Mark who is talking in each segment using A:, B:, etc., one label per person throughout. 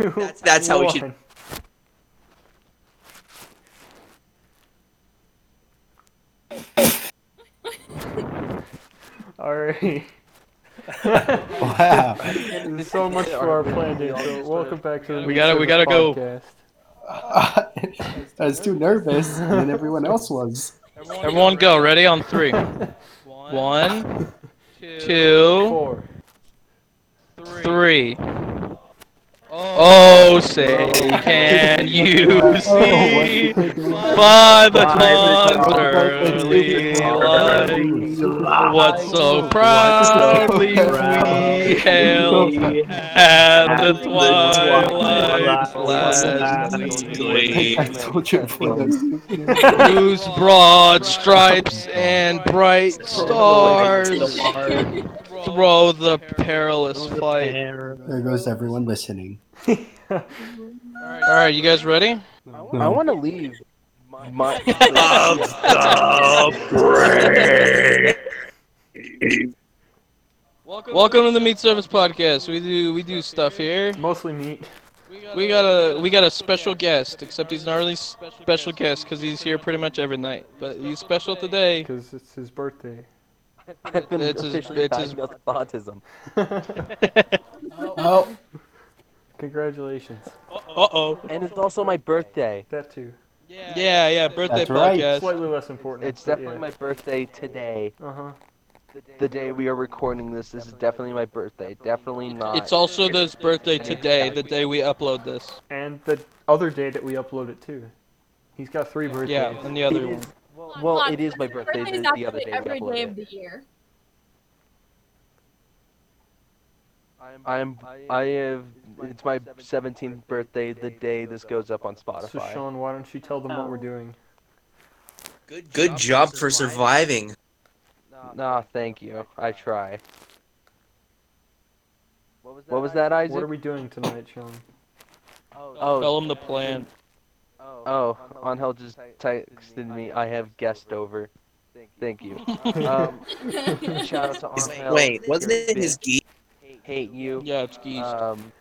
A: That's, that's how we should.
B: Alright.
C: Wow.
B: There's so much for our plan, dude. So welcome back to the
D: We gotta- we
B: Meat Service
D: gotta go.
B: podcast.
C: I was too nervous than everyone else was.
D: Everyone go. Ready on three. One, two,
B: Four.
D: three. Oh, say, can
C: Oh,
D: you see by the dawn's early light what so proudly we hailed at the twilight's last gleam?
C: I told you before those-
D: whose broad stripes and bright stars throw the perilous fight.
C: There goes everyone listening.
D: All right, you guys ready?
B: I want to leave. My,
D: Welcome to the Meat Service Podcast. We do we do stuff here.
B: mostly meat.
D: We got a we got a special guest, except he's not really s- special guest because he's here pretty much every night. But he's special today.
B: Because it's his birthday.
E: I've been
D: It's his-
E: officially
D: it's his-
E: diagnosed with autism.
C: Oh,
B: Congratulations.
D: Uh oh.
E: And it's also my birthday.
B: That too.
D: Yeah, yeah. Birthday
C: That's right.
D: podcast.
B: Slightly less important.
E: It's definitely my birthday today.
B: my. Uh huh.
E: The day we are recording this, this is definitely my birthday. Definitely not.
D: It's also this birthday today, the day we upload this.
B: And the other day that we upload it too. He's got three birthdays.
D: Yeah, and the other one.
E: well, it is my birthday.
F: Birthday is
E: The, the other day
F: actually
E: we
F: every day
E: uploaded.
F: of the year.
E: I'm. I have. It's my 17th birthday. The day this goes up on
B: So
E: Spotify.
B: Sean, why don't you tell them what we're doing?
A: Good, good job for surviving.
E: Nah, thank you. I try. What was that,
B: What are
E: Isaac?
B: we doing tonight, Sean?
E: Oh,
D: Tell him the plan.
E: oh, Angel just texted me. I have guest over. Thank you. Um, shout out to
A: Is-
E: Angel.
A: wait, wasn't
E: You're a
A: it his
E: bitch.
A: geek?
E: Hate you.
D: Yeah, it's geese.
E: Um,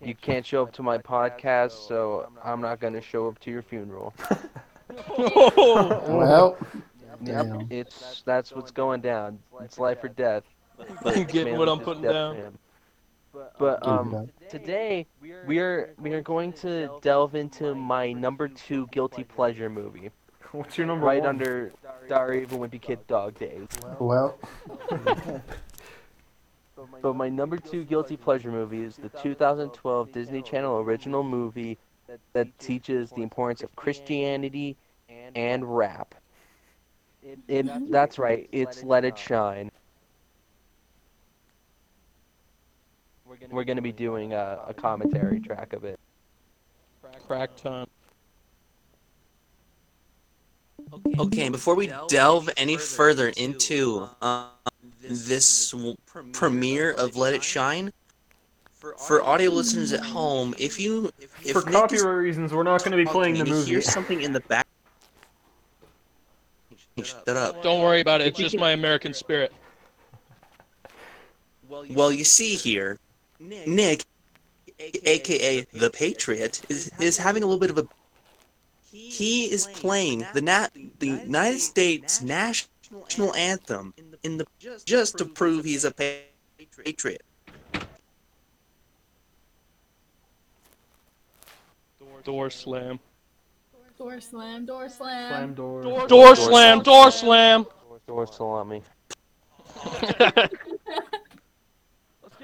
E: you can't show up to my podcast, so I'm not gonna show up to your funeral.
C: well.
E: Yep,
C: Damn.
E: it's that's what's going down. It's life or death.
D: I'm getting what
E: Manless
D: I'm
E: is
D: putting
E: death to
D: down.
E: him. But um, today we are we are going to delve into my number two guilty pleasure movie,
B: What's your number
E: right
B: one?
E: under Diary of a Wimpy Kid Dog Days.
C: Well.
E: But my number two guilty pleasure movie is the 2012 Disney Channel original movie that teaches the importance of Christianity and rap. It, that's right, it's Let It Shine. We're going to be doing a, a commentary track of it.
D: Crack time.
A: Okay, and before we delve any further into uh, this w- premiere of Let It Shine, for audio listeners at home, if you if
B: For
A: Nick is
B: copyright reasons, we're not going to be playing
A: talking
B: the
A: and you
B: movie.
A: Hear something in the back. Shut up.
D: Don't worry about it. It's just my American spirit.
A: Well, you see here, Nick, aka the Patriot, is is having a little bit of a. He is playing the nat the United States national anthem in the just to prove he's a pa- patriot.
D: Door slam.
F: Door slam, door slam.
B: Slam door.
D: Door slam. Door slam.
E: Door salami.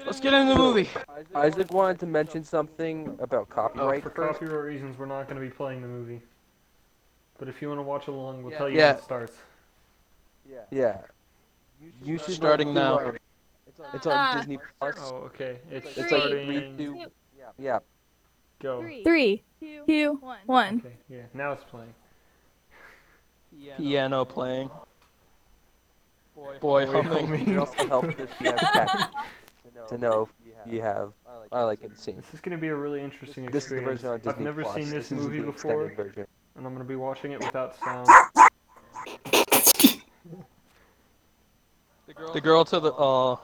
D: Let's get into the movie.
E: Isaac wanted to mention something about copyright.
D: Oh,
B: For copyright reasons, we're not going to be playing the movie. But if you want to watch along, we'll tell you
D: Yeah.
B: when it starts.
E: Yeah. You should
D: Starting now.
E: look through our- It's on
F: Ah.
E: Disney Plus.
B: Oh, okay. It's
E: It's like
B: starting.
E: redo. Yeah.
B: Go.
F: Three, two, one.
B: Okay. Yeah. Now it's playing.
D: Piano playing. Boy humming.
E: It also helps if you have cats to know you have. I like it scene.
B: This is going to be a really interesting
E: This is the
B: experience.
E: version on Disney
B: I've never
E: Plus.
B: seen this,
E: is
B: movie
E: the
B: before,
E: extended version.
B: and I'm going to be watching it without sound.
D: The uh, girl to the oh.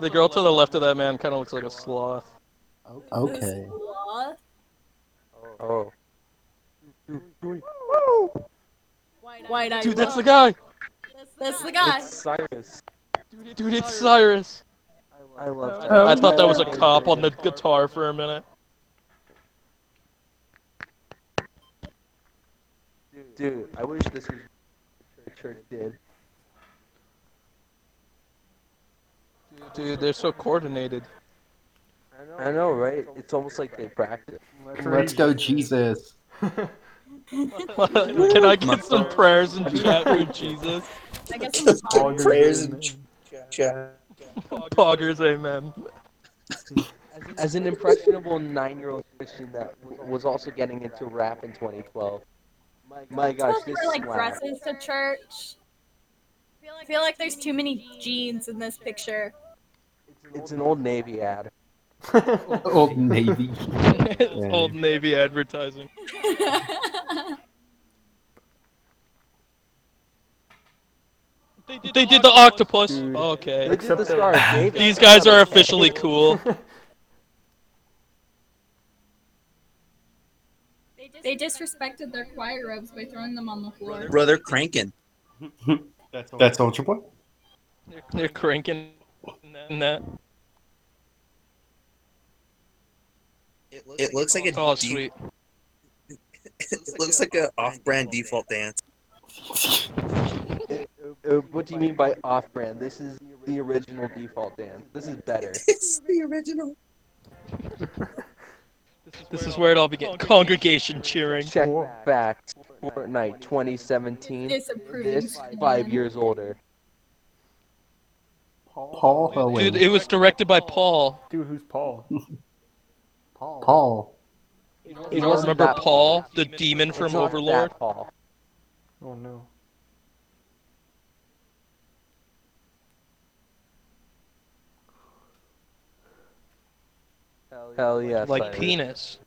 D: The girl to the left of that man kind of looks like a sloth.
C: Okay.
E: Oh.
F: White Eye
D: Dude, that's the guy.
F: Wolf. That's the guy.
E: It's Cyrus.
D: Dude, it's Cyrus.
E: I love
C: Oh,
D: I thought that was a
C: no.
D: cop on the guitar for a minute.
E: Dude, I wish this was what the church did.
D: Dude, they're so coordinated.
E: I know, right? It's almost like they practice.
C: Let's go, Jesus.
D: Can I get some prayers in chat room, Jesus?
F: I guess I'm sorry.
A: Prayers and
D: Poggers, amen.
E: As an impressionable nine-year-old Christian that was also getting into rap in 2012. My gosh,
F: People
E: this
F: wear, like
E: slap.
F: dresses to church. I feel like there's too many jeans in this picture.
E: It's an old Navy ad.
G: Oh,
C: Old Navy.
D: it's old Navy advertising. They did, the octopus.
E: Dude. They
D: Okay.
E: did
B: Except
E: the
B: that-
E: Star of David.
D: These guys are officially cool.
F: they disrespected their choir robes by throwing them on the floor.
A: brother cranking.
C: That's Ultra Boy.
D: They're, they're cranking that.
A: It looks like a
D: Oh,
A: de-
D: sweet.
A: it looks like a off-brand default dance.
E: Uh, What do you mean by off-brand? This is the original default dance. This is better.
A: It's the original.
D: This is where it all began. Congregation cheering.
E: Check facts. Fortnite 2017.
F: Disapproving.
E: This five years older.
C: Paul Hohen.
D: Dude, it was directed by Paul.
B: Dude, who's Paul? Paul.
C: Paul.
E: It
D: You don't
E: wasn't
D: remember
E: that-
D: Paul, the demon
E: It's
D: from
E: not
D: Overlord?
E: that Paul.
B: Oh no.
E: Hell yeah.
D: Like
E: Cyrus.
D: penis.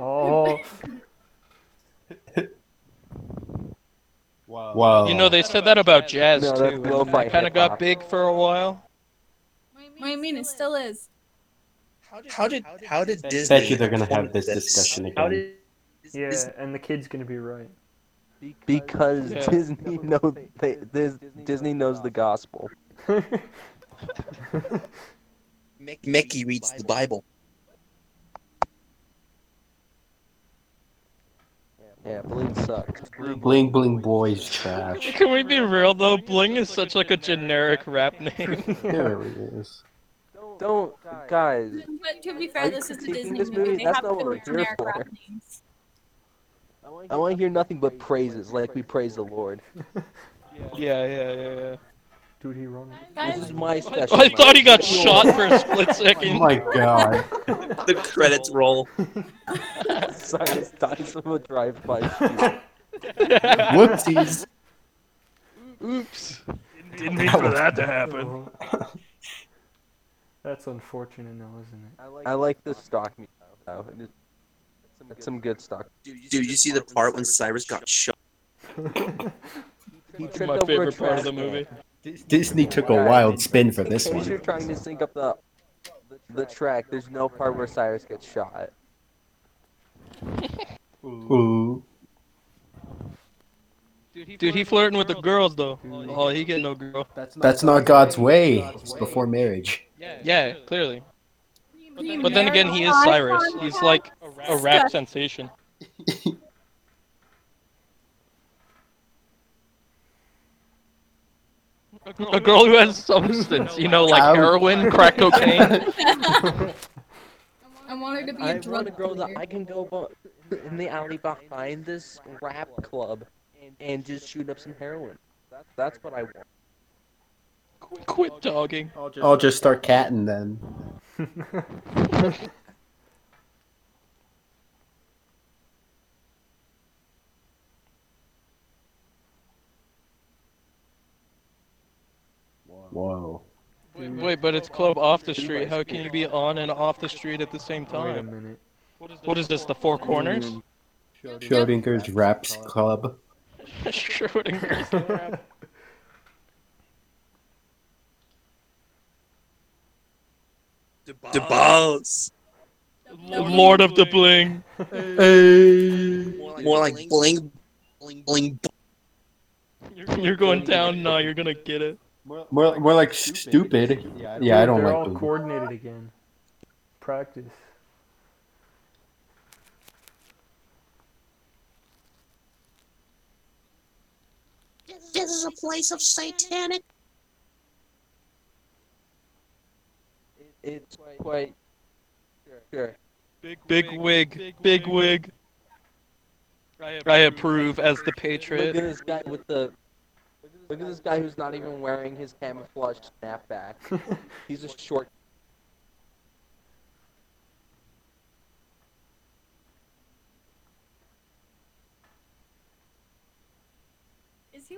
B: Oh.
G: Wow.
C: Wow.
D: You know, they said that about jazz
E: No, that's
D: too.
E: lo-fi
D: Kind of
E: hip-hop.
D: got big for a while.
F: What do you mean? It still is.
A: How did how did Disney?
G: Bet you they're gonna have this discussion
A: How
G: again.
A: did
B: Yeah, and the kid's gonna be right.
E: Because
D: Yeah.
E: Disney knows they, this, Disney knows the gospel.
A: Mickey reads the Bible?
E: Yeah, bling sucks.
C: Bling Bling Boy's trash.
D: Can we be real though? Bling is such like a generic rap name.
C: There it is.
E: Don't, guys.
F: But to be
E: Are
F: fair,
E: you
F: this is a
E: critiquing
F: Disney
E: this
F: movie.
E: movie?
F: They
E: That's
F: have
E: not
F: to
E: what
F: do
E: we're here
F: generic
E: for.
F: rap names.
E: I want to hear nothing but praises, like we praise the Lord.
D: Yeah, yeah, yeah, yeah.
B: Dude, he run.
E: This
F: Guys,
E: is my special.
D: I thought he got
E: Yo,
D: shot for a split
C: Oh
D: second.
C: my god.
A: The credits roll.
E: Cyrus dies from a drive-by. shooting.
C: Whoopsies.
D: Oops. Didn't mean for that to happen.
B: That's unfortunate, though, isn't it?
E: I like the stock meat though. It- That's some good stock.
A: Dude, you see the part when Cyrus got shot?
E: He
D: That's my favorite part of the movie.
G: Disney took a wild spin for this
E: In case you're
G: one.
E: trying to sync up the the track, there's no part where Cyrus gets shot.
C: Ooh.
D: Dude, he flirting with the girls though. Oh, he get no girl.
C: That's not God's way. It's before marriage.
D: Yeah, clearly.
F: What do you
D: But then
F: mean?
D: again, he is
F: I
D: Cyrus.
F: found
D: He's
F: out.
D: like a rap sensation. A girl who has substance, you know, like
C: Ow.
D: heroin, crack cocaine.
F: I want her to be
E: I
F: a
E: want a
F: drug
E: girl that
F: dealer.
E: I can go bu- in the alley behind this rap club and just shoot up some heroin. That's what I want.
D: Qu- Quit dogging.
C: I'll just start catting then. Whoa.
D: Wait, but it's club off the street. How can you be on and off the street at the same
B: Wait a
D: time?
B: minute.
D: What is this, the Four Corners?
C: Schrodinger's Raps Club.
D: Schrodinger's rap.
A: The balls.
D: Lord of the Bling.
A: More like bling, bling, bling.
D: You're going down now. You're gonna get it.
G: More, more like stupid. Yeah, I don't
B: They're
G: like
B: all
G: Booby.
B: coordinated again. Practice.
A: This is a place of satanic.
E: It's quite. Sure.
D: Big wig. Big wig. I approve as the
E: Look at
D: Patriot.
E: this guy with the. Look at this guy who's not even wearing his camouflage snapback. He's a short.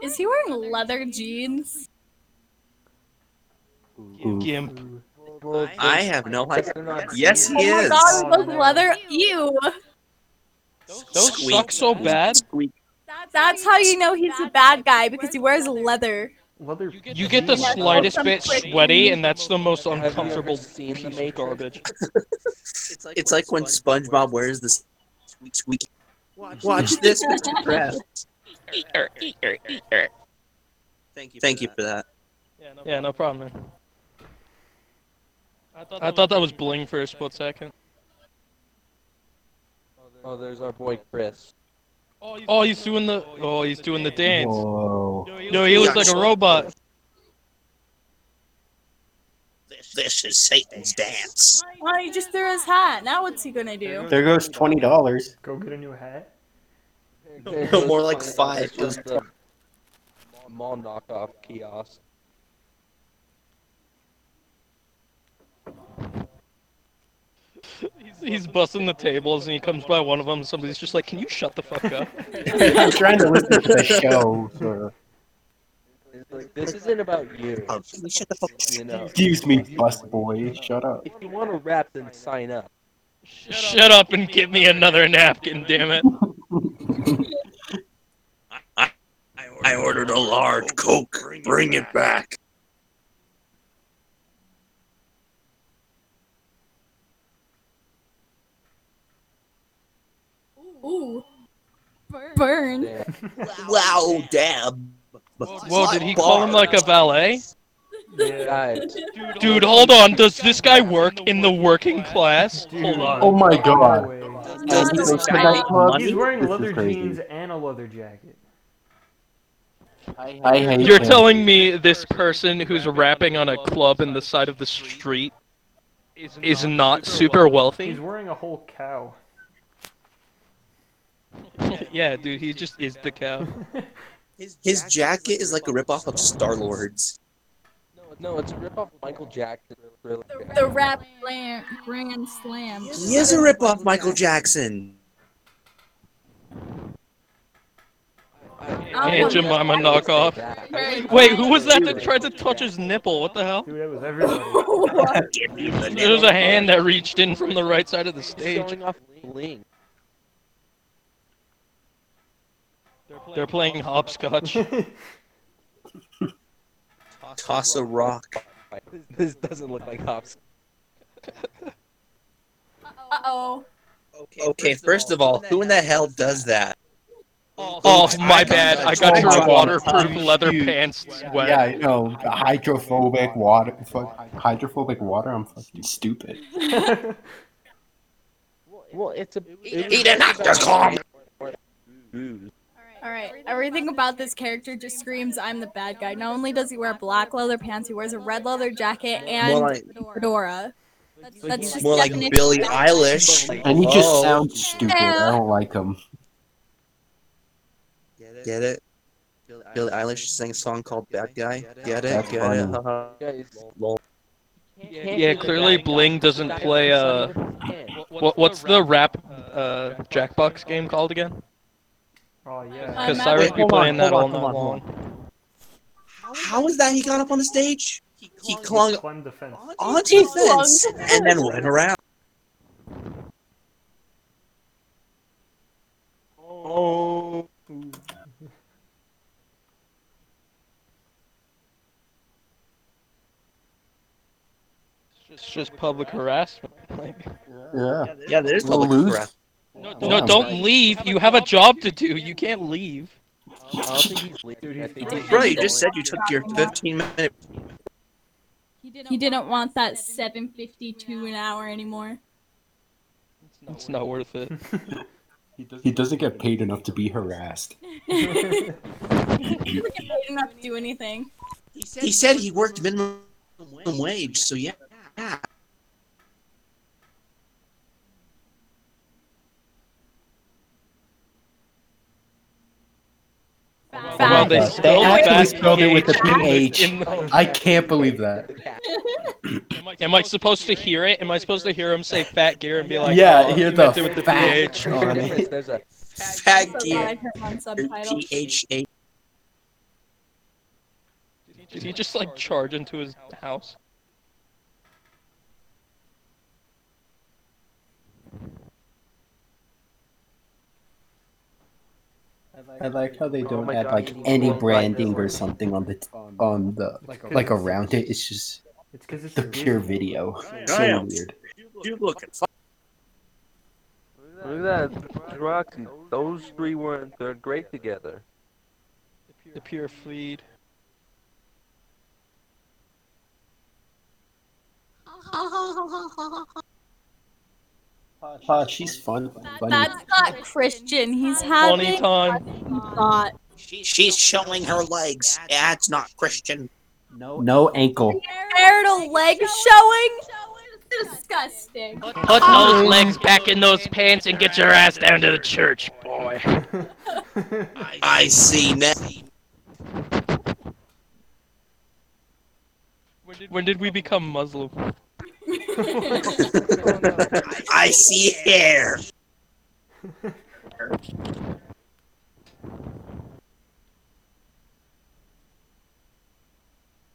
F: Is he wearing leather jeans?
D: Gimp.
B: Ooh.
A: I have no idea.
E: They're not-
A: Yes, he
F: oh my
A: is.
F: god,
B: Oh,
F: those
B: no.
F: leather? Ew.
D: Those
A: Squeak.
D: suck so bad.
A: Squeak.
F: That's how you know he's a bad guy because he wears leather.
B: Leather.
D: You get the
F: Yeah,
D: slightest
F: some
D: bit
F: quick-
D: sweaty, and that's the most
E: Have you ever
D: uncomfortable
E: seen
D: piece
E: The
D: of
E: Matrix?
D: garbage.
A: It's like when SpongeBob wears this squeak, squeak. Watch this, Mr. Krabs. Thank you. Thank you for that.
D: Yeah, no problem. Man. I thought that was bling for a split second.
E: Oh, there's our boy Chris.
D: Oh, he's doing the. Oh, he's doing the dance.
G: Whoa.
D: No, he looks like a robot.
A: This is Satan's dance.
F: Why he just threw his hat? Now what's he gonna do?
G: There goes twenty dollars.
B: Go get a new hat.
A: No, more like five.
E: It's just a mall knockoff kiosk.
D: He's busting the tables, and he comes by one of them. And somebody's just like, "Can you shut the fuck up?"
G: I'm trying to listen to the show. for-
E: It's like, this isn't about you.
A: Oh, can you shut the fuck up?
E: You know,
G: Excuse me, bus boy. Shut up.
E: if you want to rap, then sign up.
D: Shut up and give me another napkin, damn it!
A: I ordered a large Coke. Bring it back.
F: Ooh. Burn.
E: Yeah.
A: Wow, dab.
D: Whoa, did he call him like a valet?
B: Yeah.
E: Guys,
D: Dude, hold on. Does this guy work in the working class? Hold on.
G: Oh my
B: No
G: god.
B: way.
A: Does this
G: Thanks for
A: guy
G: that
A: make
G: club.
B: He's
A: money?
B: wearing
G: This is
B: leather
G: crazy.
B: jeans and a leather jacket.
G: I hate
D: You're
G: him.
D: telling me this person who's rapping on a club in the side of the street is not super
B: He's
D: wealthy?
B: wearing a whole cow.
D: yeah, dude, he just is the cow.
B: Oh,
A: His jacket is like a ripoff of Star Lord's.
E: no, it's a rip off Michael Jackson. Really.
F: The rap lam- grand slam.
A: He is a ripoff Michael Jackson.
D: Aunt Jemima knockoff. Wait, who was that that tried to touch his nipple? What the hell?
B: Dude, that was everybody.
D: There's a hand that reached in from the right side of the stage.
E: Showing off Link.
D: They're playing hopscotch.
A: Toss a rock.
E: Like, this- This doesn't look like Hops.
F: Uh oh.
A: Okay, first of all, who in the hell does that?
D: Oh, my bad. I got your waterproof leather pants
G: Yeah,
D: wet.
G: I know. Hydrophobic water. Fuck, hydrophobic water. I'm fucking stupid.
E: Well, it's a.
A: Eat an octocom!
F: Alright, everything about this character just screams, I'm the bad guy. Not only does he wear black leather pants, he wears a red leather jacket
A: More
F: and
A: like,
F: fedora. That's just
A: more like
F: definition
A: Billie
F: of-
A: Eilish.
G: And he just
A: Oh.
G: sounds stupid. I don't like him.
A: Get it? Billie Eilish sang a song called Bad Guy. Get it?
G: That's
A: Get it?
G: funny.
A: Haha.
E: Guys,
D: Yeah, clearly Bling doesn't play, uh. What, what's the rap uh, Jackbox game called again?
B: oh yeah.
D: Because
F: Um,
D: Cyrus
F: Wait,
D: be
G: hold
D: playing
G: on,
D: that all
G: hold on,
D: night
G: hold on,
D: long.
A: How is that he got up on the stage? He clung
B: Climb the fence.
A: onto the fence and then went around.
E: Oh.
D: It's just public harassment. Like,
G: Yeah.
A: Yeah, there's
G: We'll
A: public
G: lose.
A: corrupt-
D: no,
G: Yeah.
D: no, don't leave. You have a job to do. You can't leave.
E: I don't think he's leaving. I think he's
A: Bro, you
E: going.
A: just said you took your 15 minute.
F: He didn't want that 752 an hour anymore.
D: It's not worth it.
G: He doesn't get paid enough to be harassed.
F: he didn't have to do anything.
A: He said he worked minimum wage, so yeah. yeah.
D: Well, they
G: Facts. They
D: spelled
G: actually
D: facts
G: spelled it with a PH.
D: in the-
G: I can't believe that.
D: Am I supposed to hear it? Am I supposed to hear him say "fat gear" and be like,
G: yeah,
D: oh,
G: hear
D: he
G: the
D: meant it with the
G: fact
D: PH.
G: on
E: There's-
G: it.
E: There's a
A: Fag
F: So glad I
A: gear.
F: put on subtitles.
A: PHA.
D: Did he just like charge into his house?
C: I like how they
E: Oh
C: don't
E: my
C: add
E: God,
C: like
E: you
C: any
E: look like
C: branding
E: this.
C: or something on the t-
G: On
C: on the
B: Like,
G: like around it, it's just
B: It's because it's
G: the
B: a
G: pure
B: video.
G: video. So
A: Damn.
G: weird.
A: You look at
E: Look at that, Roxy. Those three were in third grade together.
D: The pure feed.
G: Ah, she's fun. funny.
F: That's not Christian. He's
D: Funny
F: having
D: time.
F: thought.
A: She's showing her legs. That's not Christian.
G: No ankle.
F: Marital leg showing? Disgusting.
D: Put those legs back in those pants and get your ass down to the church, boy.
A: I see now.
D: When did we become Muslim?
A: I see hair.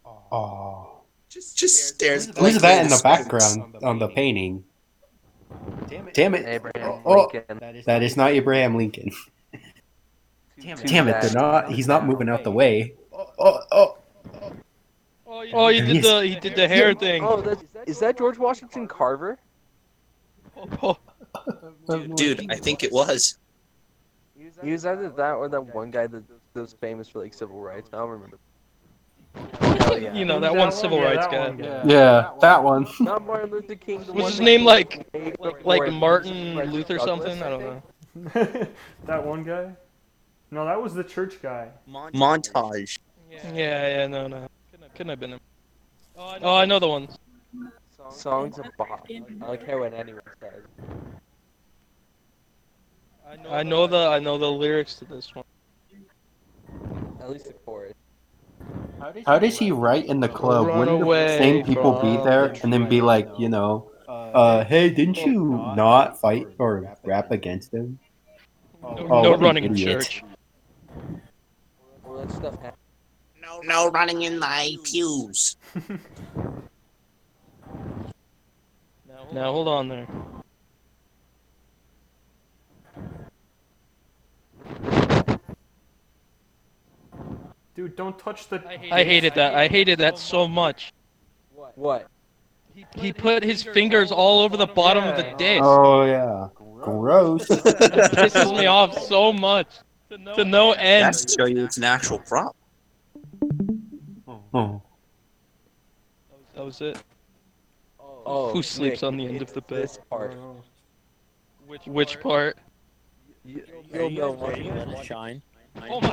G: Oh.
A: Just, just stares.
G: Look at that in the background on the painting. Damn it.
E: Abraham
G: Oh,
E: Lincoln.
G: that is not Abraham Lincoln. Damn it, they're not. He's not moving out the way. Oh, oh, oh.
D: Oh, he did the he did the hair thing.
E: Oh, that's, is that George Washington Carver?
D: Oh,
A: Dude, I think it was.
E: He was either that or that one guy that, that was famous for like civil rights. I don't remember.
D: You know Oh, that one civil
B: yeah,
D: rights
B: that
D: guy.
B: one guy.
G: Yeah, that one.
E: Not Martin Luther King. the
D: Was
E: one
D: his
E: that-
D: name, like-
E: way before
D: Like Martin
E: Frederick
D: Luther
E: Douglass,
D: something? I don't know.
B: that one guy? No, that was the church guy.
A: Montage.
D: Yeah, yeah, no, no. Couldn't have been him. Oh, I know the one.
E: think. Song's a bop. I don't care what anyone says.
D: I know the I know the lyrics to this one.
E: At least the chorus.
G: How does he write in the club?
D: Run
G: Wouldn't the
D: away
G: same people be
D: from
G: there and then be like, you know, uh, hey, didn't you not fight or rap against him?
D: No,
G: Oh,
D: no
G: what an
D: running
G: idiot.
D: church.
E: Well, that stuff happens.
A: No, no running in my pews.
D: Now hold on there.
B: Dude, don't touch the.
D: I hated that. I hated that so much.
E: What?
D: He put his fingers all over the bottom of the
B: Yeah.
D: disc.
G: Oh, yeah. Gross.
D: It pisses me off so much. To no end.
A: That's to show you it's an actual problem.
G: Oh.
D: That was it.
E: Oh,
D: Who sleeps
E: Nick,
D: on the end of the
E: it's This
D: bed?
B: Oh,
E: part.
D: Which part?
E: You, you'll know one.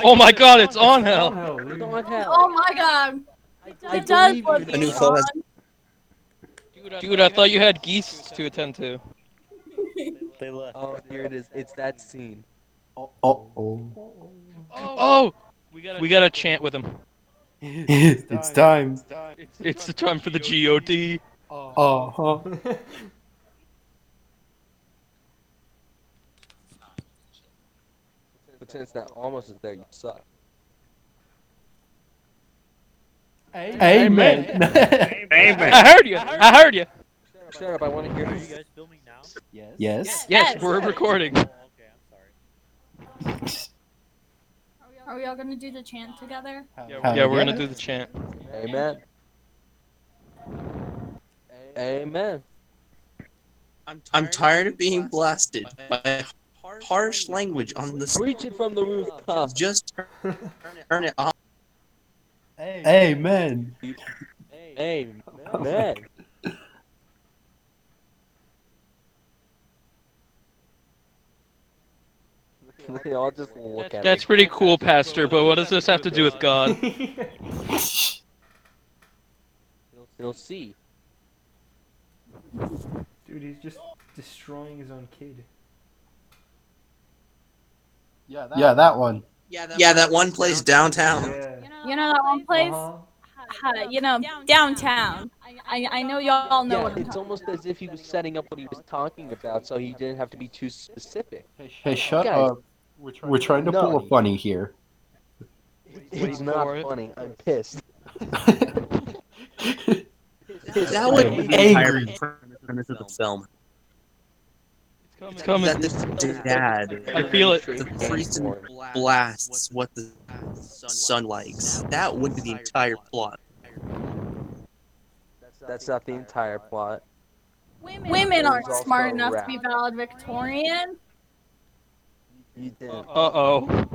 D: Oh my god, it's on hell!
B: Hell, dude.
F: Oh my god. It does look
A: A new phone has
D: Dude, I thought you had geese to attend to.
E: Oh, here it is. It's that scene.
G: Oh, oh.
D: Oh! We gotta chant with him.
G: it's time.
D: It's the time for the GOD.
G: Uh huh.
E: But since that almost is there, you suck.
G: Amen.
D: I heard you! I heard you!
E: Shut up, I want to hear you.
G: yes.
D: Yes, we're recording.
F: Are we all gonna do the chant together?
D: Yeah, we're gonna do the chant.
E: Amen. Amen.
A: I'm tired of being blasted by harsh language on this.
E: Reach it from the rooftop.
A: Just turn it off.
G: Amen.
E: Hey, man. they all just look at
D: That's pretty cool, Pastor, but what does this have to do with God?
E: me. You'll see.
B: Dude, he's just destroying his own kid.
C: Yeah,
G: Yeah, that one.
A: Yeah, that, yeah, that one place downtown.
B: Yeah.
F: You know that one place?
B: Uh-huh.
F: Uh, you know, downtown. I, I know y'all know
E: Yeah,
F: what I'm
E: it's
F: talking
E: almost as if he was setting up what he was talking about, so he didn't have to be too specific.
G: Hey, shut
E: Guys.
G: up. We're trying to
E: No.
G: pull a funny here.
E: It's
D: for
E: not
D: it.
E: funny. I'm pissed.
A: That would be the
G: Angry.
A: entire premise of the film.
D: It's coming.
A: That the dad,
D: I feel it.
A: the priest in blasts what the sun likes. That would be the entire plot.
E: That's not the entire plot.
F: Women, Women aren't
E: There's
F: smart
E: also
F: enough to be
E: rap.
F: valedictorian.
E: You didn't.
D: Uh oh.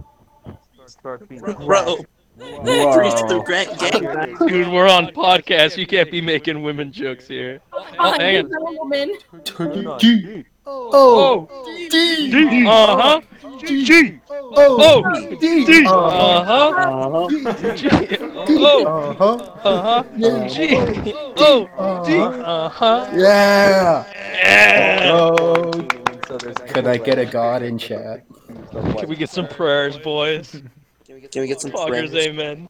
E: Start being
A: Bro, priest through Grant Gang.
D: Dude, we're on podcast. You can't be making women jokes here.
F: Oh,
D: hang
F: you
D: on.
F: know, woman.
G: Oh,
D: Uh huh. G. Oh. D. Uh huh. G. Oh.
G: Uh huh.
D: Uh huh. G. Oh. D. Uh huh.
G: Yeah.
D: Yeah.
G: Oh.
E: So there's
G: Could I get a god in chat?
D: Can we get some prayers, boys?
A: Can we get some
D: Fuckers,
A: friends?
D: amen.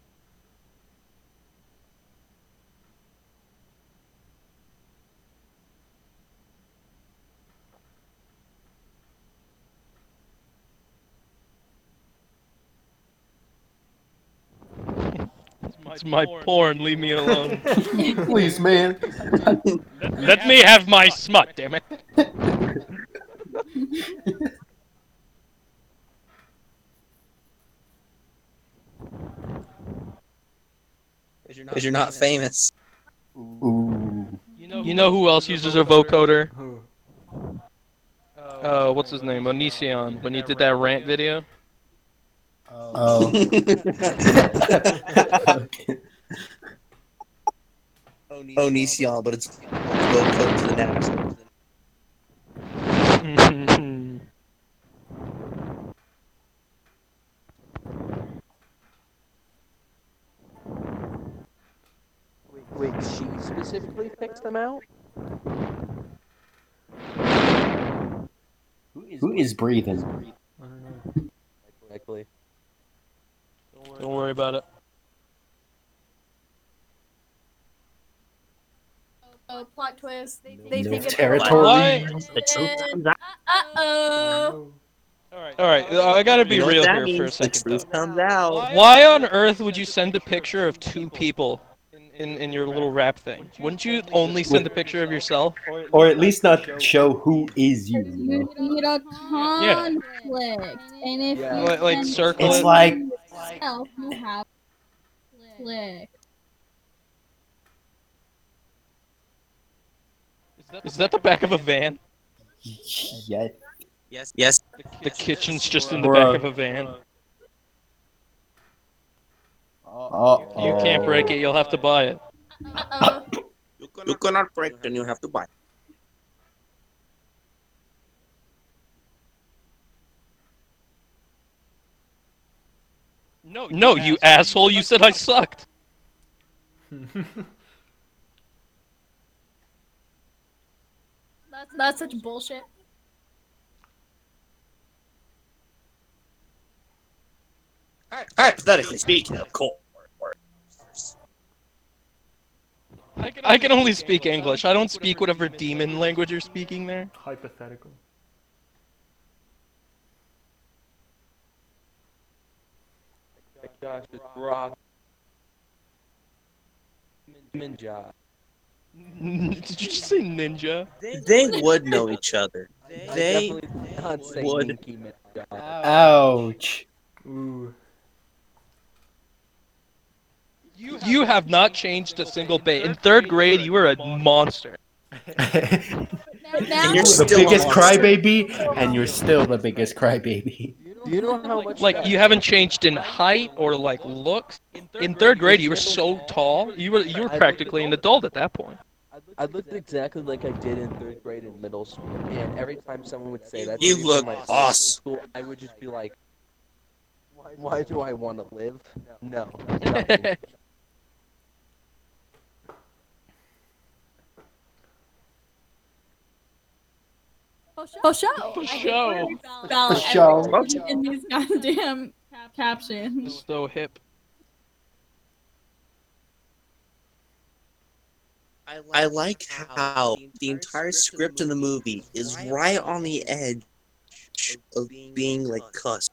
D: It's my porn, leave me alone.
G: Please, man.
D: Let me have my smut, damn it.
A: Because you're not famous.
G: Ooh.
D: You know who else uses a vocoder?
B: Who?
D: Uh, what's his name? Onision, when he did that rant video.
G: Oh.
A: Onision, but it's low to the next.
E: Wait, she specifically picks them out?
G: Who is
B: I
G: breathing?
B: don't know.
E: Correctly.
D: Don't worry about it.
F: Oh, plot twist. They, they
G: No
F: think it's
G: territory.
A: The truth comes out.
F: Uh oh.
D: All right, uh, I gotta be
A: You know what
D: real
A: that
D: here for a
A: means? The
D: second. though.
A: truth comes out.
D: Why on earth would you send a picture of two people in, in your little rap thing? Wouldn't you only send a picture of yourself?
G: Or at least not show who is you. you know?
F: You need a conflict, and if
E: Yeah.
F: you
D: Like, like
F: can
D: circle
G: It's
D: it?
G: like
F: yourself, you have conflict.
D: Is that the back of a van?
G: yeah.
A: Yes, yes.
D: The kitchen's just in the
G: Or
D: back
G: a-
D: of a van.
G: Oh.
D: You can't break it, you'll have to buy it.
F: Uh oh.
A: You cannot break, then you have to buy.
D: No, you asshole, you said I sucked.
F: That's, that's such bullshit.
A: Hypothetically speaking, of course.
D: I can only speak English. I don't speak whatever demon language you're speaking there.
B: Hypothetical.
E: Gosh, it's rock. Ninja.
D: Did you just say ninja?
A: They would know each other. They
E: Definitely not say
A: would-
E: Ninky Ninja.
G: Ouch.
B: Ooh.
D: You have not changed a single bit. In third grade, you were a monster.
F: No, But now
A: And you're
G: the
A: still
G: biggest
A: a monster.
G: crybaby, and you're still the biggest crybaby.
E: Do you know how much?
D: Like you haven't changed in height or like looks. In third grade, you were so tall. You were you were practically an adult at that point.
E: I looked exactly like I did in third grade in middle school, and every time someone would say that,
A: You
E: to me
A: look
E: from my
A: awesome.
E: School, I would just be like, "Why do I want to live? No, nothing."
F: For show.
D: For show.
F: For
C: For show.
F: In these goddamn captions.
D: so hip.
A: I like how the entire script in the movie is right on the edge of being like cussed.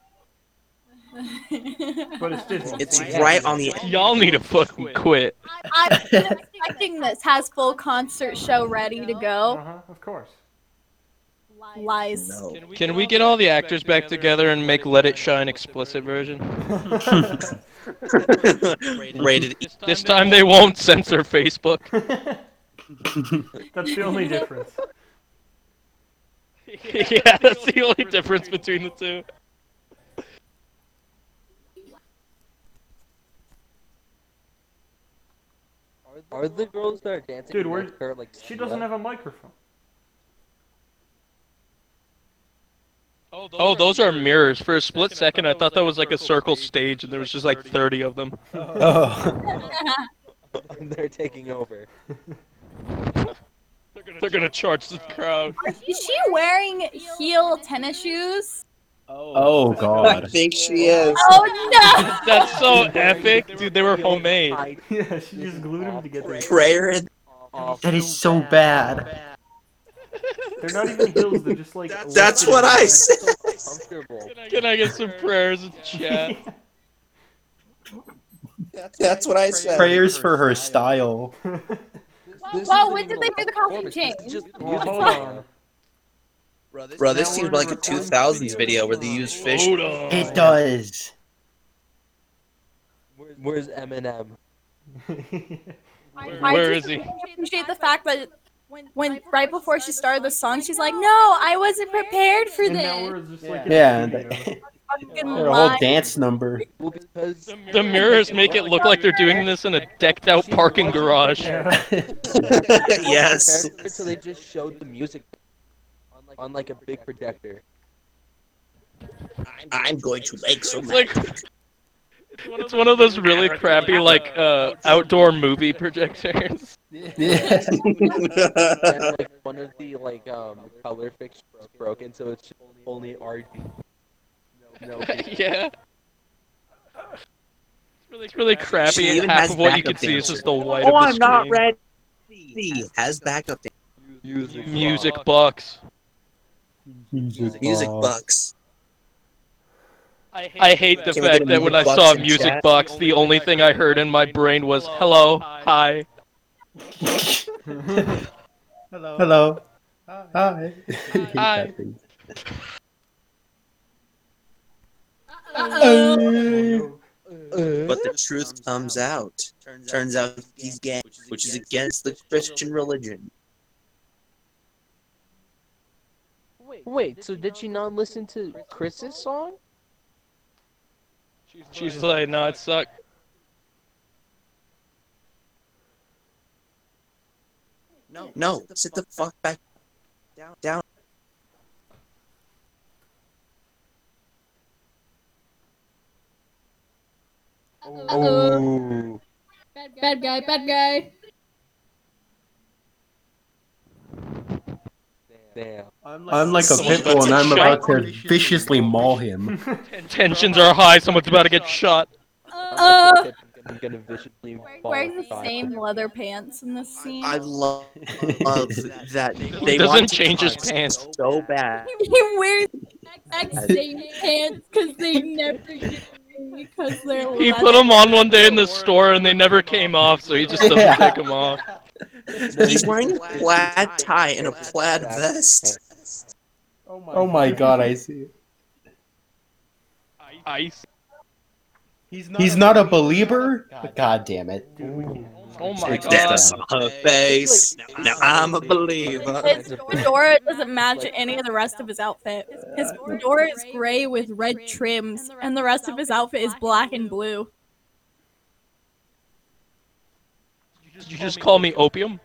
B: But it's Disney.
A: It's right on the
D: Y'all need to fucking quit.
F: I'm expecting this has full concert show ready to
B: Uh
F: go.
B: huh. Of course.
F: Lies.
A: no.
D: Can we get all the actors back together and make Let It Shine explicit version?
A: Rated E.
D: This time they won't censor Facebook.
B: That's the only difference.
D: yeah, that's the only difference between the two.
E: Are the girls that are dancing?
B: Dude,
E: in
B: we're-
E: North Korea, like
B: She doesn't have a microphone.
D: Oh, those are mirrors. For a split second, I thought that was like a circle stage, and there was just like 30 of them.
G: Oh,
E: They're taking over.
D: They're gonna charge the crowd.
F: Is she wearing heel tennis shoes?
G: oh
A: I
G: God.
A: think she is.
F: Oh
D: That's so epic, dude. They were homemade.
E: Hide
B: Yeah, she just glued them together.
A: Prayer and
E: off.
G: That is so bad.
B: They're not even hills. They're just like.
A: that's what I said.
E: Comfortable.
D: Can I get some prayers in chat?
A: That's what I said.
G: Prayers for her style.
F: no! Whoa, when did they do the costume change?
B: Well, hold on.
A: Bro, this seems like a 2000s video where they use fish.
D: Hold on.
G: It does.
E: Where's Eminem?
F: My
D: Where is
F: teacher
D: he?
F: really Appreciate the fact that when, when right before she started the song, she's like, "No, I wasn't prepared for
B: And now
F: this."
B: we're just like. in the
G: Yeah,
B: studio.
G: the,
F: Fucking
G: their whole
F: lie.
G: dance number.
E: Well, because
D: The mirrors make it look like they're doing this in a decked out parking garage.
B: Yeah.
A: yes.
E: so they just showed the music on like, on like a big projector.
A: I'm going to make some.
D: It's like. It's one of those really crappy, like, uh, outdoor movie projectors.
G: Yeah.
E: And like one of the like um color fixtures is broken, so it's only RGB. No,
D: yeah. It's really
A: She
D: crappy,
A: even
D: and half
A: has
D: of what you
A: backup
D: can see is
A: dancers.
D: just the white
A: Oh,
D: of the
A: I'm not
D: screen.
A: ready. Has backup dan-
E: music.
D: Music box.
G: Music,
A: music
G: box.
A: bucks.
D: I hate the
A: Can we get
D: fact
A: a
D: that when I
A: music
D: saw
A: box in
D: music
A: chat?
D: box, the only thing I heard in my brain was "Hello, hi."
G: Hello. Hi.
D: Hi.
F: Uh-oh.
A: But the truth comes out. Turns out he's gay, which is against the Christian religion.
E: Wait, so did she not listen to Chris's song?
D: She's like, "No, it sucked."
A: No, sit the fuck back down.
F: Uh-oh. Bad guy, bad guy.
E: Damn.
G: I'm like a pit bull and I'm about to viciously maul him.
D: Tensions are high. Someone's about to get shot.
E: I'm
F: Uh,
E: gonna- I'm gonna viciously
F: wearing the
E: fall.
F: same leather pants in this scene.
A: I love, love that they
D: He doesn't
A: want to
D: change his
A: cuss
D: pants.
A: so bad.
F: He wears exact same pants because they never get away because they're
D: He
F: leather.
D: put them on one day in the store, and they never came off, so he just doesn't take them off.
A: He's wearing a plaid tie and a plaid vest.
G: Oh my god, I see it.
D: Ice.
G: He's not a believer? God damn it.
B: Dude, we can't.
D: Oh my
A: Take
G: God.
A: that on her face. Now I'm a believer.
F: His fedora doesn't match any of the rest of his outfit. His fedora is gray with red trims, and the rest of his outfit is black and blue.
D: Did you just call me opium?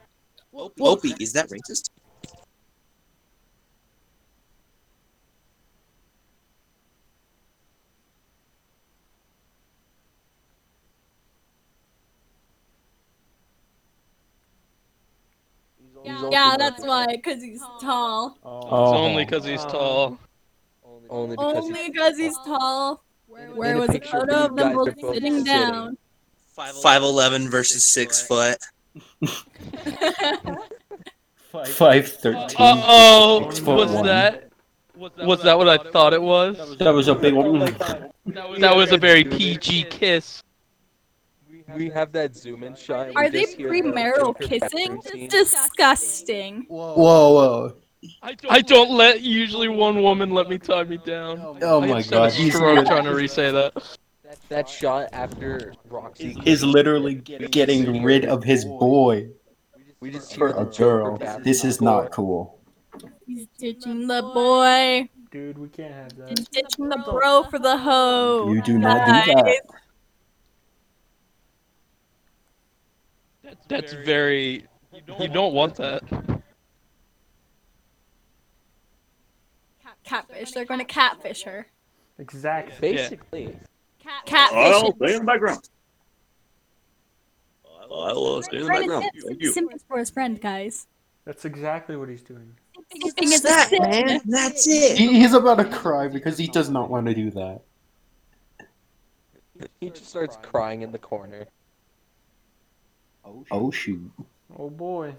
A: Opie, is that racist?
E: also
F: Yeah,
E: not-
F: that's why, because he's tall.
B: Oh.
D: It's
G: Oh.
D: only because he's tall.
E: Only because
F: Only because he's tall. Where
E: In a
F: was a
E: picture of
F: photo of
E: you
F: them
E: guys
F: both
E: are both
F: sitting
E: sitting.
F: down?
A: 5'11 versus 6 foot.
G: Five thirteen.
D: Uh oh,
G: Six foot
D: was
G: one.
D: that? Was that what I thought it was?
G: That was a big one.
D: That was a very PG kiss.
E: we have that zoom in shot. and we
F: Are they
E: just hear her
F: premarital
E: her
F: kissing?
E: bathroom
F: It's
E: scene.
F: disgusting.
C: Whoa.
G: Whoa, whoa.
D: I don't let usually one woman let me tie me down.
G: Oh
D: I
G: my
D: just had a
G: god. He's,
D: stroke trying to re-say that.
E: That shot after Roxy
G: he's literally getting rid of his boy
E: We just
G: for
E: hear
G: a
E: the
G: girl.
E: bathroom
G: This is
E: door.
G: not cool.
F: He's ditching the boy,
B: Dude, we can't have that.
F: and ditching the bro for the hoe.
G: You do not do that.
D: That's very. You don't want that.
F: Catfish. They're going to catfish her.
B: Exactly.
E: Basically,
F: Catfish.
A: in the background. I will stay in Oh, the
F: Trying to
A: background.
F: tip some sympathy for his friend, guys.
B: That's exactly what he's doing.
F: Tipping is a tip.
A: That's it.
G: He, he's about to cry because he does not want to do that.
E: he just starts crying in the corner.
G: Oh shoot.
B: Oh boy.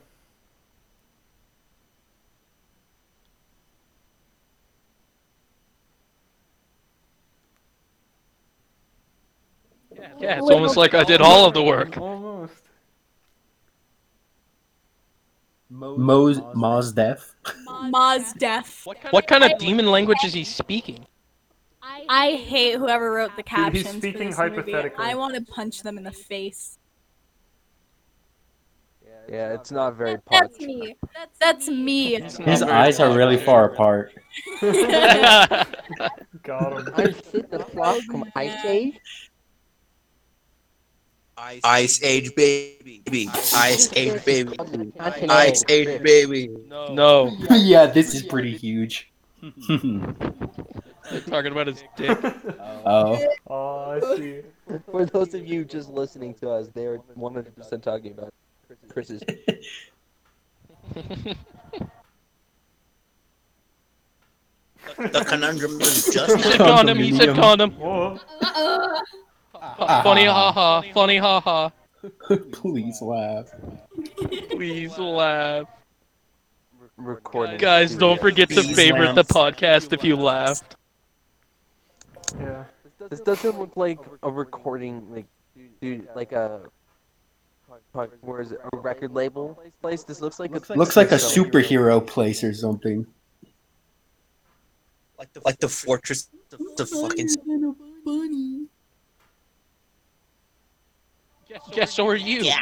D: Yeah, it's almost like I did all of the work.
B: Almost.
G: Mo's Ma's death.
F: Ma's deaf.
D: What kind of demon language is he speaking?
F: I hate whoever wrote the
B: Dude, he's
F: captions. for
B: speaking
F: this
B: hypothetically.
F: Movie. I want to punch them in the face.
E: Yeah, it's not very
F: That's
E: positive.
F: me. That's, that's me.
G: His eyes are really far apart.
B: Got him.
E: I see the flock from Ice Age.
A: Ice Age Baby. Ice Age Baby. Ice
E: Ice
A: Age Baby.
D: no,
G: yeah, this is pretty huge.
D: they're talking about his dick.
G: oh.
B: Oh, I see. it.
E: For those of you just listening to us, they are 100% talking about Chris's.
A: The conundrum is
D: He
A: just
D: said condom. He said condom.
B: Whoa.
F: Uh-oh.
D: Funny haha. Funny haha.
G: Please laugh.
D: Please laugh.
E: Recording.
D: Guys, don't forget to
A: Please
D: favorite the
A: laugh.
D: podcast if you laughed.
B: Yeah.
E: This doesn't look like a recording, like, dude, like a. fuck, Where is it? A record label place? This looks like a.
G: Looks like a superhero place or something.
A: like the, like the fortress of the fucking.
D: Yeah, so are you.
A: Yeah.